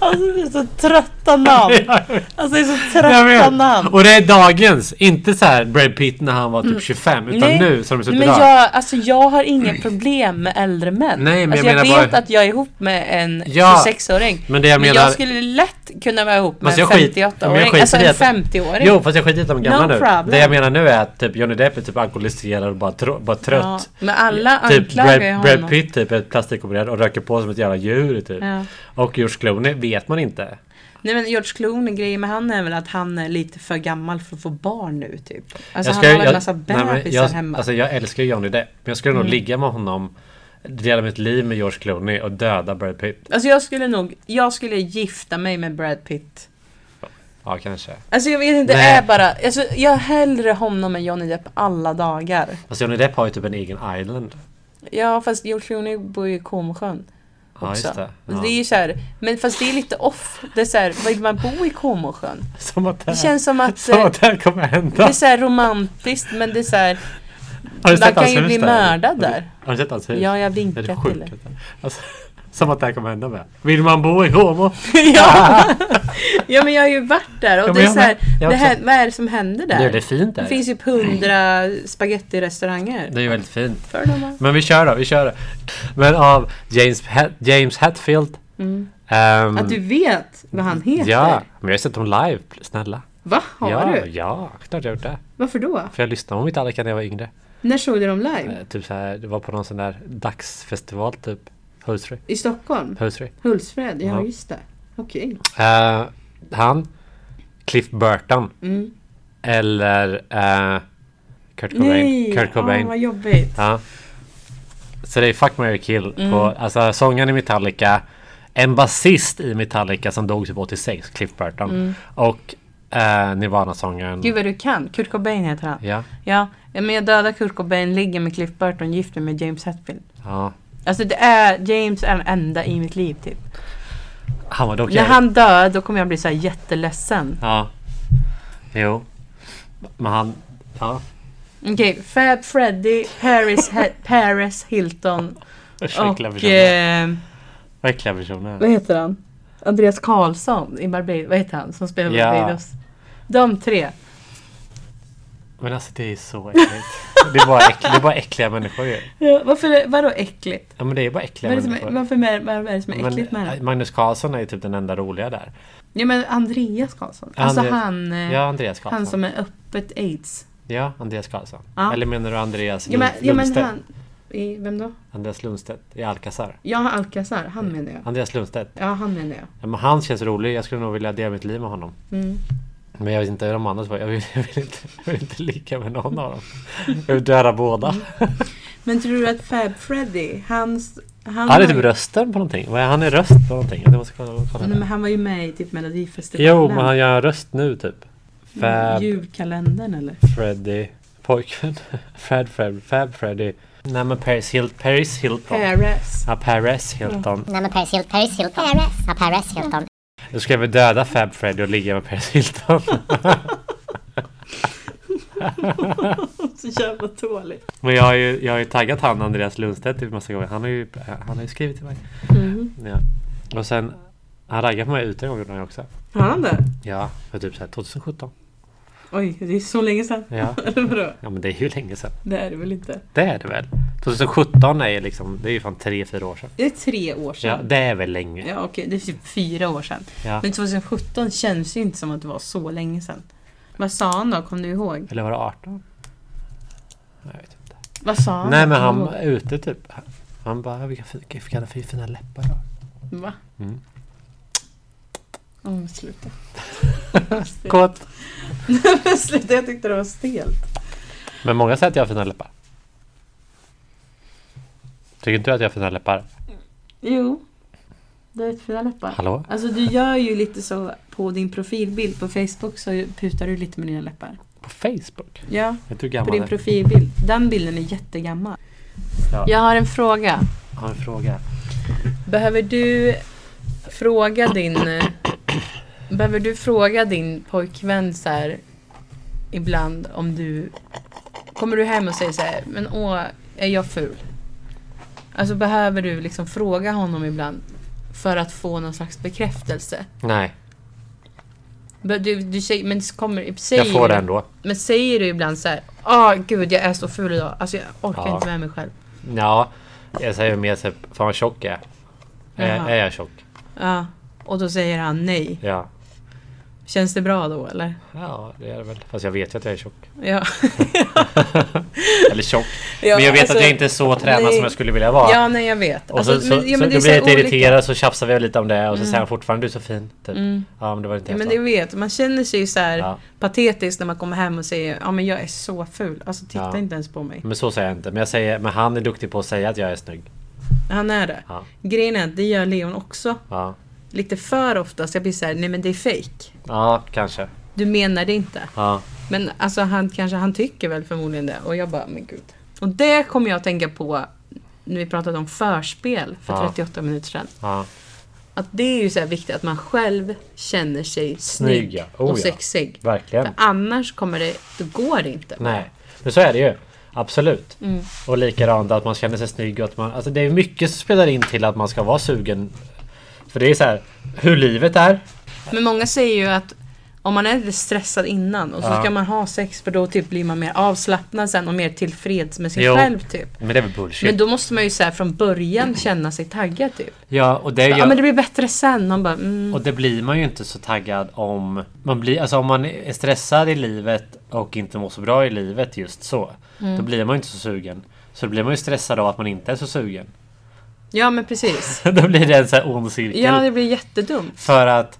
C: Alltså det är så trötta namn. Alltså det är så
A: Jag
C: trötta
A: vet.
C: namn.
A: Och det är dagens, inte så här Brad Pitt när han var typ 25 utan
C: Mm. Nej,
A: nu som de ser ut
C: Men
A: idag.
C: jag, alltså jag har inga problem med äldre män.
A: Nej, men
C: alltså
A: jag
C: jag,
A: menar
C: vet
A: bara-
C: att jag är ihop med en
A: Ja,
C: 26-åring.
A: men det jag
C: men
A: menar-
C: jag skulle lätt kunna vara ihop med
A: Alltså,
C: en
A: jag skit- men jag
C: 58-åring.
A: skiter
C: Alltså
A: i
C: en
A: att-
C: 50-åring.
A: Jo fast jag skiter i de gamla
C: No
A: nu.
C: problem.
A: Det jag menar nu är att typ Johnny Depp är typ alkoholiserad och bara, tr- bara
C: Ja,
A: trött.
C: men alla
A: Typ
C: anklagar ju
A: Brad, Brad
C: honom.
A: Pitt typ är plastikopererad och röker på som ett jävla djur typ.
C: Ja. Alltså,
A: Och George Clooney vet man inte.
C: Nej men George Clooney, grejen med han är väl att han är lite för gammal för att få barn nu typ. Alltså
A: ju-
C: han har en massa
A: nej, men
C: bebisar
A: jag,
C: hemma. Mm.
A: Alltså jag älskar ju Johnny Depp. Men jag skulle nog ligga med honom, dela mitt liv med George Clooney och döda Brad Pitt.
C: Alltså jag skulle nog, jag skulle gifta mig med Brad Pitt.
A: Ja kanske.
C: Alltså jag vet inte, det
A: Nej.
C: är bara, alltså jag hellre honom än Johnny Depp alla dagar.
A: Fast Johnny Depp har ju typ en egen island.
C: Ja fast George Clooney bor ju i Comosjön
A: Ja
C: också. Alltså,
A: just det. Ja.
C: det är ju så här, men fast det är lite off. Det är så här, vad vill man bo i Comosjön?
A: [LAUGHS] Som att det, [LAUGHS]
C: Det
A: här,
C: känns som att
A: som
C: eh,
A: att det här kommer
C: det
A: hända.
C: är så här romantiskt men det är så här,
A: Har du
C: man
A: sett
C: kan
A: hans
C: ju
A: hus
C: bli
A: där?
C: mördad
A: Har du-
C: där.
A: Har du sett hans hus?
C: Ja jag
A: Det
C: vinkar
A: är det
C: till
A: sjukt.
C: det.
A: Alltså, [LAUGHS] som att det här kommer hända med. Vill man bo i Como?
C: ja. ja men jag har ju varit där och
A: Ja, men
C: det är
A: jag
C: så här,
A: med. Jag
C: det här,
A: också.
C: vad är det som händer där?
A: Nu är det fint där.
C: Det finns ju typ hundra spagettirestauranger.
A: Det är ju väldigt fint.
C: Fördomar.
A: Men vi kör då, vi kör då. Men av James, Hat- James Hatfield. Ehm,
F: Att Mm. du vet vad han heter?
A: Ja, men jag har sett dem live, snälla.
F: Va? Har
A: ja,
F: du?
A: Ja, klart jag har gjort det.
F: Varför då?
A: För jag lyssnade om inte alla kan när jag var yngre.
F: När såg du dem live?
A: Eh, typ så här, det var på någon sån där dagsfestival typ. Hultsfred.
F: I Stockholm?
A: Hultsfred.
F: Hultsfred? Ja,
A: Ja.
F: just det. Okej.
A: Eh, han, Cliff Burton.
F: Mm.
A: Eller eh, Kurt Cobain. Kurt Cobain.
F: Ah, vad jobbigt.
A: Ja. Så det är Fuck, marry, kill.
C: Mm.
A: På, alltså sångaren i Metallica. En basist i Metallica som dog typ 86, Cliff Burton. Och eh, Nirvana-sångaren.
C: Mm. Gud vad du kan. Kurt Cobain heter han.
A: Ja,
C: Ja, men jag dödar Kurt Cobain, ligger med Cliff Burton, gifter mig med James Hetfield.
A: ja.
C: Alltså det är, James är den enda i mitt liv typ.
A: Han var dock
C: När
A: jävligt-
C: han dör då kommer jag bli så här jätteledsen.
A: Ja. Jo. Men han... Ja.
C: Okej, Fab Freddy, Paris, [LAUGHS] He- Paris Hilton
A: Usch, äckliga
C: och...
A: personer.
C: Eh,
A: Vad äckliga personer.
C: vad heter han? Andreas Karlsson i Barbados, vad heter han som spelar
A: Ja.
C: Barbados? De tre.
A: Men alltså det är så äckligt. Det är bara, äck, det är bara äckliga människor ju.
C: Ja, varför, vadå äckligt?
A: Ja men det är bara äckliga
C: Vad är det som är,
A: människor.
C: varför är, vad är det som är äckligt med
A: men, eh,
C: honom?
A: Magnus Carlsson är ju typ den enda roliga där.
C: Ja men Andreas Karlsson. Alltså
A: Andreas-
C: han, eh,
A: Ja, Andreas Karlsson.
C: han som är öppet aids.
A: Ja, Andreas Karlsson.
C: Ja.
A: Eller menar du Andreas
F: Ja, men,
A: Lund-
F: ja, men
A: Lundstedt?
F: han... I, vem då?
A: Andreas Lundstedt i Alcazar.
F: Ja, Alcazar. Han menar jag.
A: Andreas Lundstedt.
F: Ja, han menar jag.
A: Ja, men han känns rolig. Jag skulle nog vilja dela mitt liv med honom.
F: Mm.
A: Men jag vet inte hur de andra var. Jag vill, jag vill, inte, jag vill inte ligga med någon av dem. Jag vill döda båda.
F: Mm. Men tror du att Fab Freddy, hans... Han,
A: Han är
F: var
A: typ
F: ju-
A: rösten på någonting. Vad är Han är röst på någonting. Jag måste kolla, kolla.
F: Nej, men han var ju med i typ Melodifestivalen.
A: Jo, men han gör en röst nu typ. Fab
C: Julkalendern eller?
A: Freddy. Pojkvän. [LAUGHS] Fred, Fred, Fab Freddy. Nej men Paris, Hilt, Paris Hilton.
F: Paris.
A: [LAUGHS]
F: [LAUGHS]
A: Ja, Paris Hilton.
E: Nej men Paris Hilton, Paris Hilton. Ja, Paris Hilton.
A: Då ska jag väl döda Fab Freddy och ligga med Paris
F: [LAUGHS]
A: Hilton.
F: Så jävla dåligt.
A: Men jag har ju, jag har ju taggat han Andreas Lundstedt typ massa gånger. Han har ju, han har ju skrivit till mig. Ja. Och sen, han raggade på mig ute en gång gjorde han ju också.
F: Har han det?
A: Ja, för typ så här 2017.
F: Oj, det är så länge sedan. [LAUGHS]
A: Ja.
F: Eller vadå?
A: [LAUGHS] ja, men det är ju länge sedan.
F: Det är det väl inte?
A: Det är det väl? 2017 är ju liksom, det är ju fan 3-4 år sedan.
F: Det är tre år
A: Ja,
F: sedan.
A: det är väl länge.
C: Ja okej, det är typ fyra år sedan.
A: Ja.
C: Men 2017 känns ju inte som att det var så länge sedan. Vad sa han då? Kommer du ihåg?
A: Eller var det 18? Jag vet inte.
C: Vad sa han?
A: Nej men
C: Kommer
A: han
C: du ihåg?
A: var ute typ. Han bara, vilka, fi- vilka fina läppar du har.
C: Va?
A: Mm.
C: Oh, [LAUGHS] sluta.
A: Kåt.
C: sluta, jag tyckte det var stelt.
A: Men många säger att jag har fina läppar. Tycker inte du att jag har fina läppar?
C: Jo. Du har fina läppar.
A: Hallå?
C: Alltså du gör ju lite så på din profilbild på Facebook så putar du lite med dina läppar.
A: På Facebook?
C: Ja,
A: Vet du hur
C: på
A: gammal
C: din
A: jag är?
C: profilbild. Den bilden är jättegammal.
A: Ja.
C: Jag har en fråga.
A: Jag har en fråga.
F: Behöver du fråga din... eh, Behöver du fråga din pojkvän så här ibland om du... Kommer du hem och säger så här, men åh, är jag ful? Alltså behöver du liksom fråga honom ibland?
C: för att få någon slags bekräftelse.
A: Nej,
C: Men Du, du säger, men kommer, säger,
A: jag får det ändå.
C: Men säger du ibland så här, ah gud jag är så ful idag, alltså jag orkar
A: Ja.
C: inte med mig själv.
A: Ja, jag säger mer typ, fan vad tjock jag är. Är,
C: Jaha.
A: är jag tjock?
C: Ja. Och då säger han nej.
A: Ja.
C: Känns det bra då eller?
A: Ja, det är det väl. Fast jag vet ju att jag är tjock.
C: Ja.
A: [LAUGHS] Eller tjock.
C: Ja,
A: men jag vet
C: alltså,
A: att jag inte är så tränad
C: nej.
A: som jag skulle vilja vara.
C: Ja, nej jag vet.
A: Och så,
C: Alltså,
A: så,
C: men- ja,
A: så
C: men
A: då
C: det är
A: blir jag
C: så
A: lite
C: här olika- Mm.
A: irriterad så tjafsar vi lite om det och så säger han fortfarande du är så fin. Typ. Ja men det var inte
C: Ja,
A: jag
C: men
A: sa.
C: det vet, man känner sig ju så här
A: Ja.
C: patetisk när man kommer hem och säger ja men jag är så ful. Alltså titta
A: Ja.
C: inte ens på mig.
A: Men så säger jag inte. Men jag säger, men han är duktig på att säga att jag är snygg.
C: Han är det.
A: Ja.
C: Grejen är att det gör Leon också.
A: Ja,
C: Lite för ofta så jag blir så här, nej men det är fake.
A: ja kanske.
C: Du menar det inte.
A: Ja.
C: Men alltså han kanske, han tycker väl förmodligen det. Och jag bara, men gud. Och det kommer jag att tänka på när vi pratade om förspel för
A: Ja.
C: 38 minuter sedan.
A: ja.
C: Att det är ju så här viktigt att man själv känner sig snygg,
A: Snygg, ja. Oh,
C: och
A: ja.
C: sexig.
A: Verkligen.
C: För annars kommer det, då går det inte.
A: Nej, men så är det ju. Absolut.
C: Mm.
A: Och likadant att man känner sig snygg och att man... Alltså det är mycket som spelar in till att man ska vara sugen. För det är så här, hur livet är.
C: Men många säger ju att om man är lite stressad innan och så
A: Ja.
C: ska man ha sex för då typ blir man mer avslappnad sen och mer tillfreds med sig
A: Jo.
C: själv typ.
A: Men det är väl bullshit.
C: Men då måste man ju så här från början känna sig taggad typ.
A: ja, och det,
C: Ja,
A: gör,
C: men det blir bättre sen. Man bara, mm.
A: och det blir man ju inte så taggad om... Man blir, alltså om man är stressad i livet och inte mår så bra i livet just så.
C: Mm.
A: Då blir man ju inte så sugen. Så då blir man ju stressad av att man inte är så sugen. [LAUGHS]
C: ja men precis.
A: då blir det en så här ond cirkel.
C: Ja det blir jättedumt.
A: För att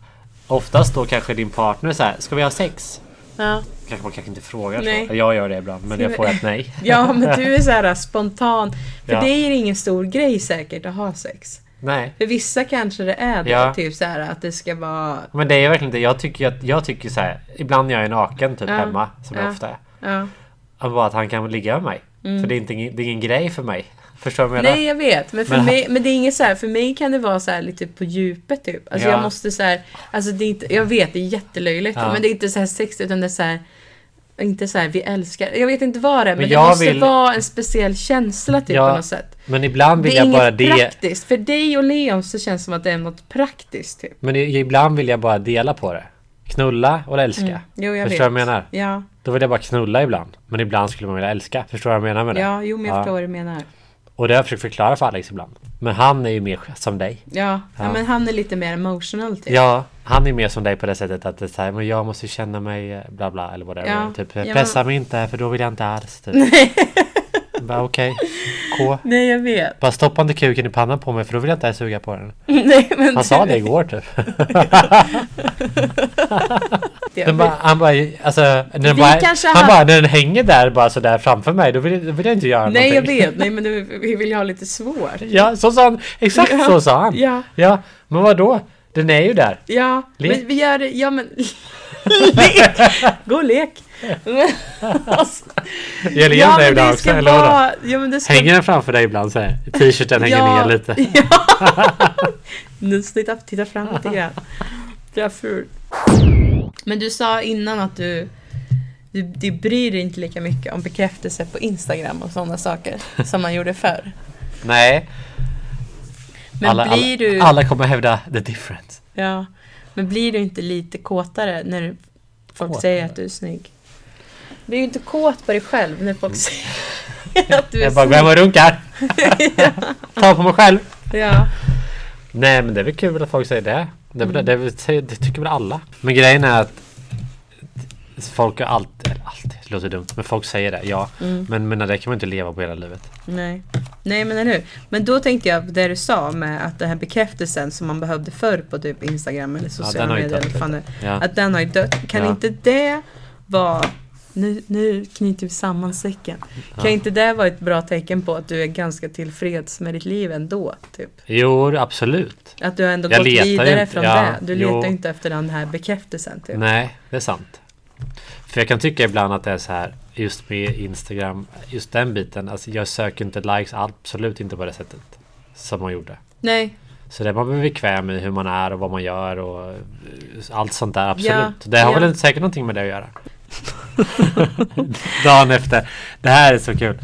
A: oftast då kanske din partner så här, ska vi ha sex?
C: Ja.
A: Kanske man kanske inte frågar så.
C: Nej.
A: Jag gör det ibland men
C: Ska
A: jag
C: vi-
A: får ett nej.
C: [LAUGHS] ja men du är så här äh, spontan. För
A: Ja.
C: det är ingen stor grej säkert att ha sex.
A: Nej.
C: För vissa kanske det är det.
A: Ja.
C: Typ så här att det ska vara...
A: Men det är verkligen det. Jag tycker, att, jag tycker så här. Ibland när jag är naken typ
C: Ja.
A: hemma, som jag
C: Ja.
A: ofta är.
C: Ja.
A: att Bara att han kan ligga med mig. För det är, inte, det är ingen grej för mig. Förstår du vad jag menar?
C: Nej jag vet, men, för,
A: Men-
C: mig, men det är inget så här, för mig kan det vara så här lite på djupet typ. Alltså
A: Ja.
C: jag måste så här, alltså det är inte, jag vet det är jättelöjligt
A: Ja.
C: men det är inte så här sex utan det är så här inte så här vi älskar, jag vet inte vad det är men,
A: Men
C: det
A: jag
C: måste
A: vill-
C: vara en speciell känsla typ
A: Ja,
C: på något sätt.
A: Men ibland vill
C: Det är
A: jag
C: inget
A: bara det.
C: praktiskt, för dig och Leon så känns det som att det är något praktiskt typ.
A: Men i- ibland vill jag bara dela på det. Knulla och älska.
C: Mm. Jo jag
A: förstår du
C: vet.
A: vad jag menar?
C: Ja,
A: Då vill jag bara knulla ibland. Men ibland skulle man vilja älska. Förstår du vad jag menar med det?
C: ja jo men jag förstår vad du menar.
A: Och det har jag försökt förklara för Alex ibland. Men han är ju mer som dig.
C: Ja, ja.
A: Ja.
C: men han är lite mer emotional typ.
A: Ja, han är mer som dig på det sättet att det är så här, men jag måste ju känna mig eh, bla bla eller vad det är.
C: Ja.
A: Typ,
C: Ja, men-
A: pressa mig inte för då vill jag inte alls. Typ. Bara okej, K.
C: Nej jag vet.
A: Bara stoppa inte kuken i pannan på mig för då vill jag inte ens suga på den.
C: [LAUGHS] Nej, men
A: Han
C: du-
A: sa det igår
C: [LAUGHS]
A: typ.
C: Jag
A: Den bara, han bara, alltså, när den
C: Vi
A: bara,
C: kanske
A: han
C: hade-
A: bara, när den hänger där bara sådär framför mig då vill, då vill jag inte göra
C: Nej jag
A: någonting.
C: vet, nej men du vi vill ju ha lite svårt.
A: Ja, så sa han. Exakt så sa han.
C: Ja,
A: Ja, men vad då? Den är ju där.
C: ja.
A: Lek.
C: Men vi gör det,
A: [LAUGHS]
C: ja men... lek! Gå och lek! Men, alltså,
A: Jag ler
C: ja
A: ja,
C: men
A: ibland
C: det
A: också,
C: ska
A: eller vadå?
C: vara... Ja men det ska...
A: Hänger den framför dig ibland så här? T-shirten hänger
C: ja,
A: ner
C: [LAUGHS]
A: lite.
C: Ja! Nu titta, titta fram lite grann. Det är fult. Men du sa innan att du... Du, du bryr dig inte lika mycket om bekräftelse på Instagram och sådana saker som man gjorde förr.
A: Nej.
C: Men
A: alla,
C: blir
A: alla,
C: du...
A: alla kommer hävda the difference.
C: Ja, men blir du inte lite kåtare när du- folk
A: Kåtare?
C: säger att du är snygg? Blir du inte kåt på dig själv när folk säger att du är
A: Mm. Jag bara går hem och
C: snygg? [LAUGHS]
A: runkar. Ta på mig själv.
C: Ja.
A: Nej men det är väl kul att folk säger det. Det, är väl- det, är väl- det tycker väl alla. Men grejen är att folk har alltid, eller alltid, det låter dumt, men folk säger det. Ja.
C: Mm.
A: Men, men det kan man inte leva på hela livet.
C: Nej. Nej, men eller hur? Men då tänkte jag på det du sa med att den här bekräftelsen som man behövde förr på typ Instagram eller
A: den
C: sociala
A: har ju
C: medier
A: dött
C: eller vad fan det
A: Ja.
C: Att den har ju dött. Kan
A: Ja.
C: inte det vara... Nu, nu knyter vi samman säcken. Kan inte det vara ett bra tecken på att du är ganska tillfreds med ditt liv ändå? Typ?
A: Jo, absolut.
C: Att du har ändå
A: Jag
C: gått
A: letar ju
C: vidare
A: inte-
C: från
A: ja,
C: det. Du
A: jo.
C: letar ju inte efter den här bekräftelsen. Typ.
A: Nej, det är sant. För jag kan tycka ibland att det är så här just med Instagram, just den biten. Alltså jag söker inte likes, absolut inte på det sättet som man gjorde.
C: Nej.
A: Så det är man väl bekväm i hur man är och vad man gör och eh, allt sånt där. Absolut.
C: Ja,
A: det har
C: ja.
A: väl säkert någonting med det att göra. [LAUGHS] dagen efter. Det här är så kul.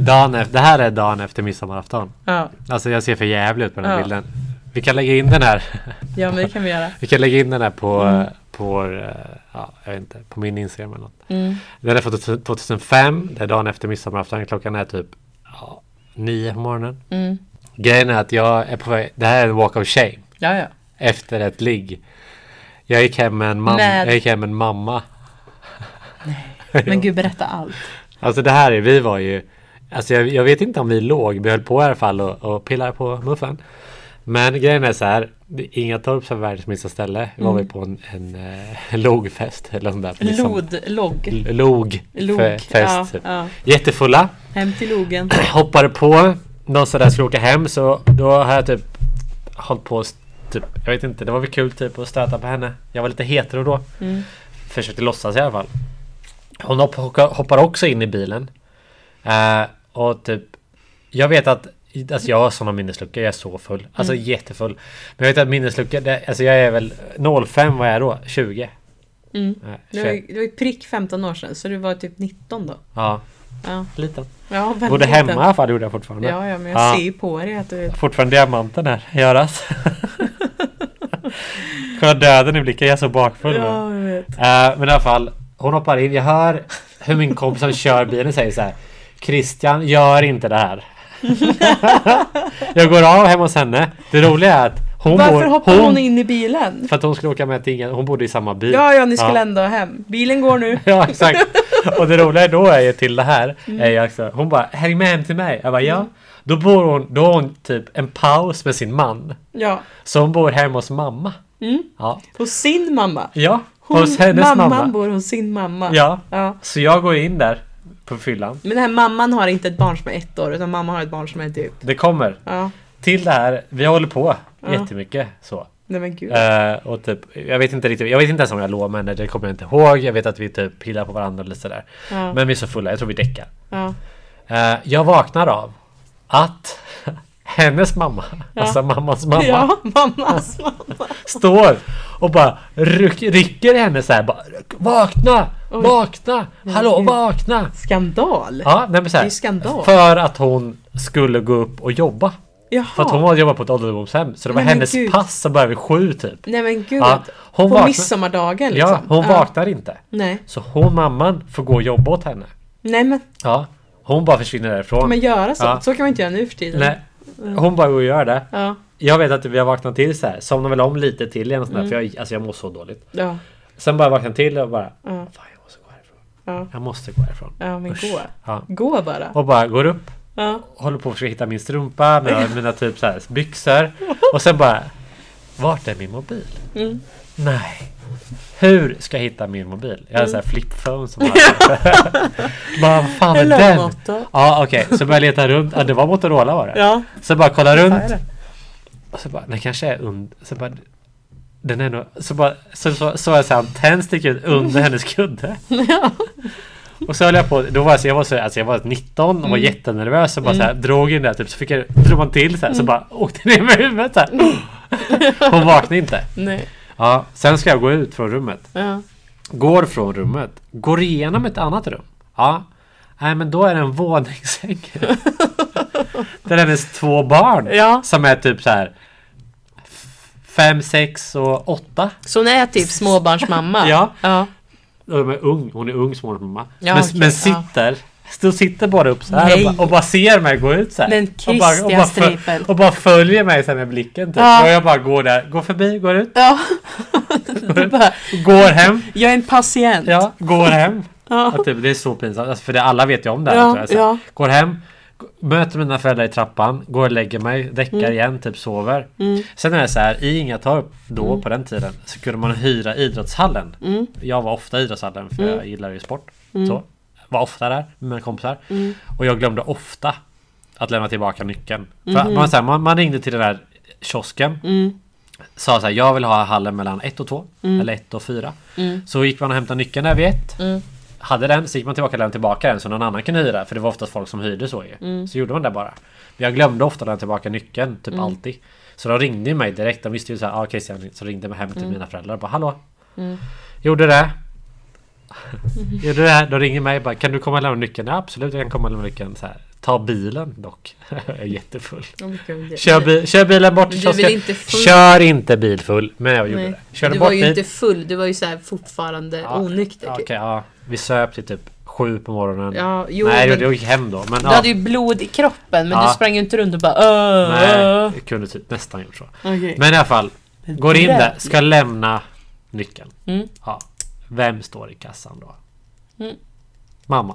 A: Dagen efter, det här är dagen efter midsommarafton.
C: Ja.
A: Alltså jag ser för jävligt ut på den här
C: Ja.
A: bilden. Vi kan lägga in den här.
C: Ja men det kan vi göra.
A: Vi kan lägga in den här på,
C: Mm.
A: på vår, eh, ja, jag vet inte, på min Instagram eller något.
C: Mm.
A: Den är från 2005. Det är dagen efter midsommarafton. Klockan är typ ja, nio på morgonen.
C: Mm.
A: Grejen är att jag är på väg. Det här är en walk of shame.
C: Ja ja.
A: Efter ett ligg. Jag gick hem med en mamma.
C: Med-
A: Jag gick hem med en mamma.
C: Men gud berätta allt.
A: Alltså det här är, vi var ju Alltså jag, jag vet inte om vi låg, vi höll på i alla fall och, och pillade på muffen Men grejen är så här det är Ingatorp som är världens minsta ställe var
C: Mm.
A: vi på en, en, eh, [LAUGHS] logfest eller sånt där på midsommar.
C: Lod, logg.
A: Liksom L- liksom- Log,
C: Log.
A: fe- fest
C: ja,
A: typ.
C: ja.
A: Jättefulla
C: Hem till logen.
A: Hoppade på Någon sådär skulle åka hem så då har jag typ Hållit på och st- typ, jag vet inte, det var väl kul typ att stöta på henne Jag var lite hetero då
C: Mm.
A: Försökte låtsas i alla fall Hon hopp- hocka- hoppar också in i bilen Eh, Och typ Jag vet att Alltså jag har såna minnesluckor, jag är så full. Alltså
C: Mm.
A: jättefull. Men jag vet att minnesluckor, det, alltså jag är väl 05, vad är jag då? Eh, 20?
C: Mm.
A: Nej,
C: Det var,
A: 21.
C: ju, det var ju prick 15 år sedan så du var typ 19 då.
A: Ja,
C: Ja.
A: liten.
C: Ja, väldigt
A: Bodde hemma i
C: liten.
A: alla fall gjorde jag fortfarande.
C: Ja, ja men jag
A: Ja.
C: ser ju på dig att du...
A: Fortfarande diamanten här,
C: [LAUGHS]
A: göras. Kolla döden i blicken, jag är så bakfull. nu.
C: Ja, jag vet.
A: Eh, men i alla fall, hon hoppar in. Jag hör hur min kompis som kör bilen säger så här. Christian, gör inte det
C: [LAUGHS]
A: här. jag går av hemma hos henne. Det roliga är att hon
C: Varför
A: bor,
C: hoppar hon in i bilen?
A: För att hon skulle åka med till Inga, hon bodde i samma bil.
C: Ja, ja, ni skulle ändå hem. Bilen går nu.
A: Ja exakt. Och det roliga då är ju till det här.
C: Mm.
A: Är ju också, hon bara häng med hem till mig. Jag bara ja. Då bor hon, då har hon typ en paus med sin man.
C: Ja.
A: Så hon bor hemma hos mamma.
C: Mm.
A: Ja.
C: Hos sin mamma.
A: ja
C: Hon,
A: hos hennes
C: mamman
A: mamma.
C: bor hos sin mamma.
A: Ja.
C: ja.
A: Så jag går in där på fyllan.
C: Men den här mamman har inte ett barn som är ett år utan mamma har ett barn som är typ...
A: Det kommer.
C: Ja.
A: Till det här, vi håller på
C: Ja.
A: jättemycket så.
C: Nej men gud.
A: Eh, och typ, jag vet inte riktigt, jag vet inte ens om jag låg med henne, det kommer jag inte ihåg. Jag vet att vi typ pillar på varandra eller sådär.
C: Ja.
A: Men vi är så fulla, jag tror vi däckar.
C: Ja.
A: Eh, jag vaknar av att [LAUGHS] hennes mamma, alltså mammans mamma,
C: ja, mammas mamma.
A: står och bara ryck, rycker i henne så här, bara, Vakna! Vakna! Hallå,
C: gud.
A: vakna!
C: Skandal.
A: Ja, nej men så
C: Det är
A: här,
C: ju skandal.
A: För att hon skulle gå upp och jobba.
C: Jaha.
A: För att hon hade jobbat på ett ålderdomshem. Så det var
C: Nej, men
A: hennes
C: gud.
A: pass som började vid sju typ.
C: Nej men gud.
A: Ja, hon
C: på
A: vaknar-
C: midsommardagen liksom.
A: Ja, hon vaknar inte.
C: Nej.
A: Så hon, mamman, får gå och jobba åt henne.
C: Nej men
A: Ja. Hon bara försvinner därifrån.
C: men göra så.
A: Ja.
C: Så kan man inte göra nu för tiden.
A: Nej. Hon bara går och gör det.
C: Ja.
A: Jag vet att vi har vaknat till så här. Somnar väl om lite till igen och
C: Mm.
A: sådär, för jag, alltså jag mår så dåligt.
C: Ja.
A: Sen bara vaknar till och bara...
C: Ja.
A: Fan, jag måste gå härifrån.
C: Ja.
A: Jag måste gå härifrån.
C: Ja men
A: Usch.
C: gå.
A: Ja.
C: Gå bara.
A: Och bara går upp,
C: Ja.
A: håller på att försöka hitta min strumpa, mina, mina typ så här, byxor. Och sen bara... Vart är min mobil?
C: Mm.
A: Nej. Hur ska jag hitta min mobil? Jag hade
C: Mm.
A: såhär flipphone
C: [LAUGHS]
A: som Bara vad fan är
C: Eller
A: den?
C: Moto.
A: Ja okej, så började jag leta runt. Ja det var Motorola var det.
C: Ja.
A: Så bara kolla
C: är
A: runt.
C: det.
A: Och så bara, den kanske är under... Så bara, den är nog... Så bara, så så, så jag såhär en tänd sticka ut under hennes kudde. Och så höll jag på, då var jag, så- jag var så, alltså jag var 19
C: Mm.
A: och var jättenervös så bara så här, drog in det typ så fick jag, drog man till så här, så
C: Mm.
A: bara åkte ner med huvudet så här. Hon vaknade inte.
C: Nej.
A: Ja, sen ska jag gå ut från rummet.
C: Ja.
A: Går från rummet. Går igenom ett annat rum. Ja. Nej men då är det en
C: [LAUGHS]
A: våningssäng. Där hennes två barn.
C: Ja.
A: Som är typ så här. f- Fem, sex och åtta.
C: Så hon är typ småbarnsmamma?
A: Ja.
C: ja.
A: Och de är ung. Hon är ung småbarnsmamma.
C: Ja,
A: men,
C: okej,
A: men
C: ja.
A: sitter. Då sitter bara upp så här
C: Nej.
A: och bara, och bara ser mig gå ut så här.
C: Men
A: och, bara, och,
C: Christian
A: bara föl-
C: Streipel.
A: och bara följer mig så här med blicken typ.
C: Ja.
A: Och jag bara går där. Går förbi, går ut.
C: Ja. [LAUGHS] Du bara,
A: Går hem.
C: jag är en patient.
A: Ja, går hem.
C: Ja.
A: Att det, det är så pinsamt, alltså, för det, alla vet ju om det här.
C: Ja,
A: också. Alltså,
C: ja.
A: Går hem, g- möter mina föräldrar i trappan, går och lägger mig, däckar
C: Mm.
A: igen, typ sover. Sen är det så här, i Ingatorp då
C: Mm.
A: på den tiden så kunde man hyra idrottshallen. Jag var ofta i idrottshallen
C: Mm.
A: för jag gillar ju sport. Så. Var ofta där med mina kompisar.
C: Mm.
A: Och jag glömde ofta att lämna tillbaka nyckeln.
C: Mm-hmm.
A: För man, så här, man, man ringde till den här kiosken
C: Mm.
A: sa så här, jag vill ha hallen mellan 1 och 2 eller 1 och 4.
C: Mm.
A: Så gick man och hämtade nyckeln där vid 1. Hade den, så gick man tillbaka och lämnade tillbaka den så någon annan kunde hyra. För det var oftast folk som hyrde så ju.
C: Mm.
A: Så gjorde man det bara. Men jag glömde ofta lämna tillbaka nyckeln, typ alltid. Så de ringde ju mig direkt. De visste ju såhär, ah, Christian. Så ringde mig hem
C: Mm.
A: till mina föräldrar och bara, hallå? Gjorde
C: [LAUGHS]
A: det. Gjorde det. De ringer mig och bara, kan du komma och lämna nyckeln? Ja, absolut, jag kan komma och lämna nyckeln. Så här, Ta bilen dock. [LAUGHS] Jag är jättefull.
C: Oh my God.
A: Kör, bi- kör bilen bort till
C: Men Du är väl
A: kiosken.
C: inte full?
A: Kör inte bil full. Men jag gjorde
C: Nej.
A: det. Körde
C: du
A: bort
C: var ju
A: bil.
C: inte full, du var ju så här fortfarande
A: Ja,
C: onykter.
A: Okej,
C: typ.
A: ja. Vi söp till typ sju på morgonen.
C: Ja, jo,
A: Nej,
C: men,
A: jag gick hem då. Men
C: Du
A: ja.
C: hade ju blod i kroppen men
A: Ja.
C: du sprang ju inte runt och bara öh,
A: Nej,
C: öh.
A: jag kunde typ nästan gjort så.
C: Okej.
A: Men i alla fall. Går in
C: Bröd.
A: där, ska lämna nyckeln.
C: Mm.
A: Ja. Vem står i kassan då?
C: Mm.
A: Mamma.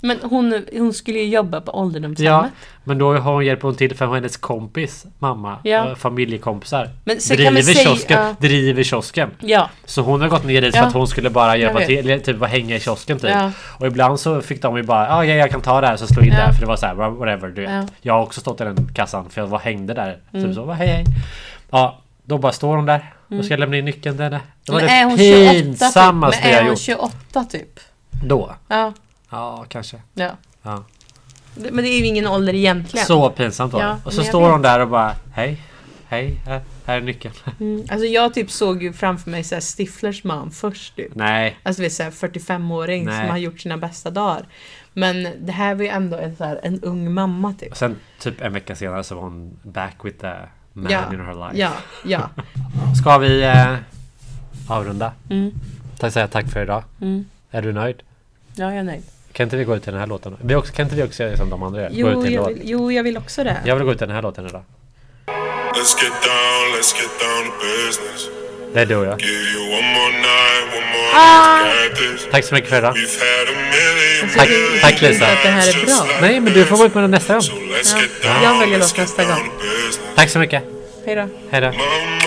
C: Men hon, hon skulle ju jobba på
A: Ja,
C: ålderdomshemmet.
A: men då har hon hjälper hon till för hennes kompis mamma,
C: Ja.
A: eh, familjekompisar,
C: Men så kan
A: driver,
C: man säga...
A: kiosken,
C: ja.
A: driver kiosken.
C: Ja,
A: Så hon har gått ner dit
C: Ja.
A: för att hon skulle bara hjälpa
C: vet.
A: till, eller typ bara hänga i kiosken typ.
C: ja,
A: Och ibland så fick de ju bara ah, ja, jag kan ta det här så slå in
C: Ja.
A: där för det var så här whatever du vet.
C: Ja. Mm.
A: Jag har också stått i den kassan för jag var hängde där. Typ så, bara, hej hej. Ja, då bara står hon där och ska lämna in nyckeln till henne. Det var
C: Men är hon
A: det
C: 28 typ?
A: pinsammaste
C: Men är
A: jag
C: hon
A: gjort.
C: 28 typ?
A: Då?
C: Ja,
A: Ja, kanske.
C: ja.
A: Ja.
C: Det- Men det är ju ingen ålder egentligen.
A: Så pinsamt var
C: Ja,
A: det. Och så
C: men jag
A: står
C: vet.
A: hon där och bara hej, hej, här, här är nyckeln. [LAUGHS]
C: Mm. Alltså jag typ såg ju framför mig såhär Stiflers man först typ.
A: Nej,
C: Alltså vi är såhär 45-åring
A: Nej.
C: som har gjort sina bästa dagar. Men det här var ju ändå en, så här, en ung mamma typ.
A: Och sen typ en vecka senare så var hon back with the man
C: Ja.
A: in her life.
C: Ja, ja.
A: Ska vi eh, avrunda?
B: Mm.
A: Tack, säga tack för idag.
B: Mm.
A: Är du nöjd?
B: Ja, jag är nöjd.
A: Kan inte vi gå ut till den här låten? Vi också, kan inte vi också göra som de andra gör? gå ut
C: Jo
A: till en
C: jag,
A: låt.
C: vill, jo, jag vill också det.
A: Jag vill gå ut till den här låten idag.
G: Let's get down, let's get down to business.
A: Det är du och jag.
G: Give you one more night, one more night. Got this.
A: Tack så mycket för idag.
G: We've had a million
A: Ah. Tack-
G: million
A: tack, Lisa.
G: nights
A: Att
C: det här är
G: just
C: bra.
G: like
A: Nej, men du får gå ut med den nästa gång.
G: this. So let's get
C: Ja.
G: down,
C: Jag väljer
G: let's
C: låt
G: get
C: nästa
G: down
C: gång.
G: to business.
A: Tack så mycket.
C: Hej då.
A: Hejdå.
G: Mama,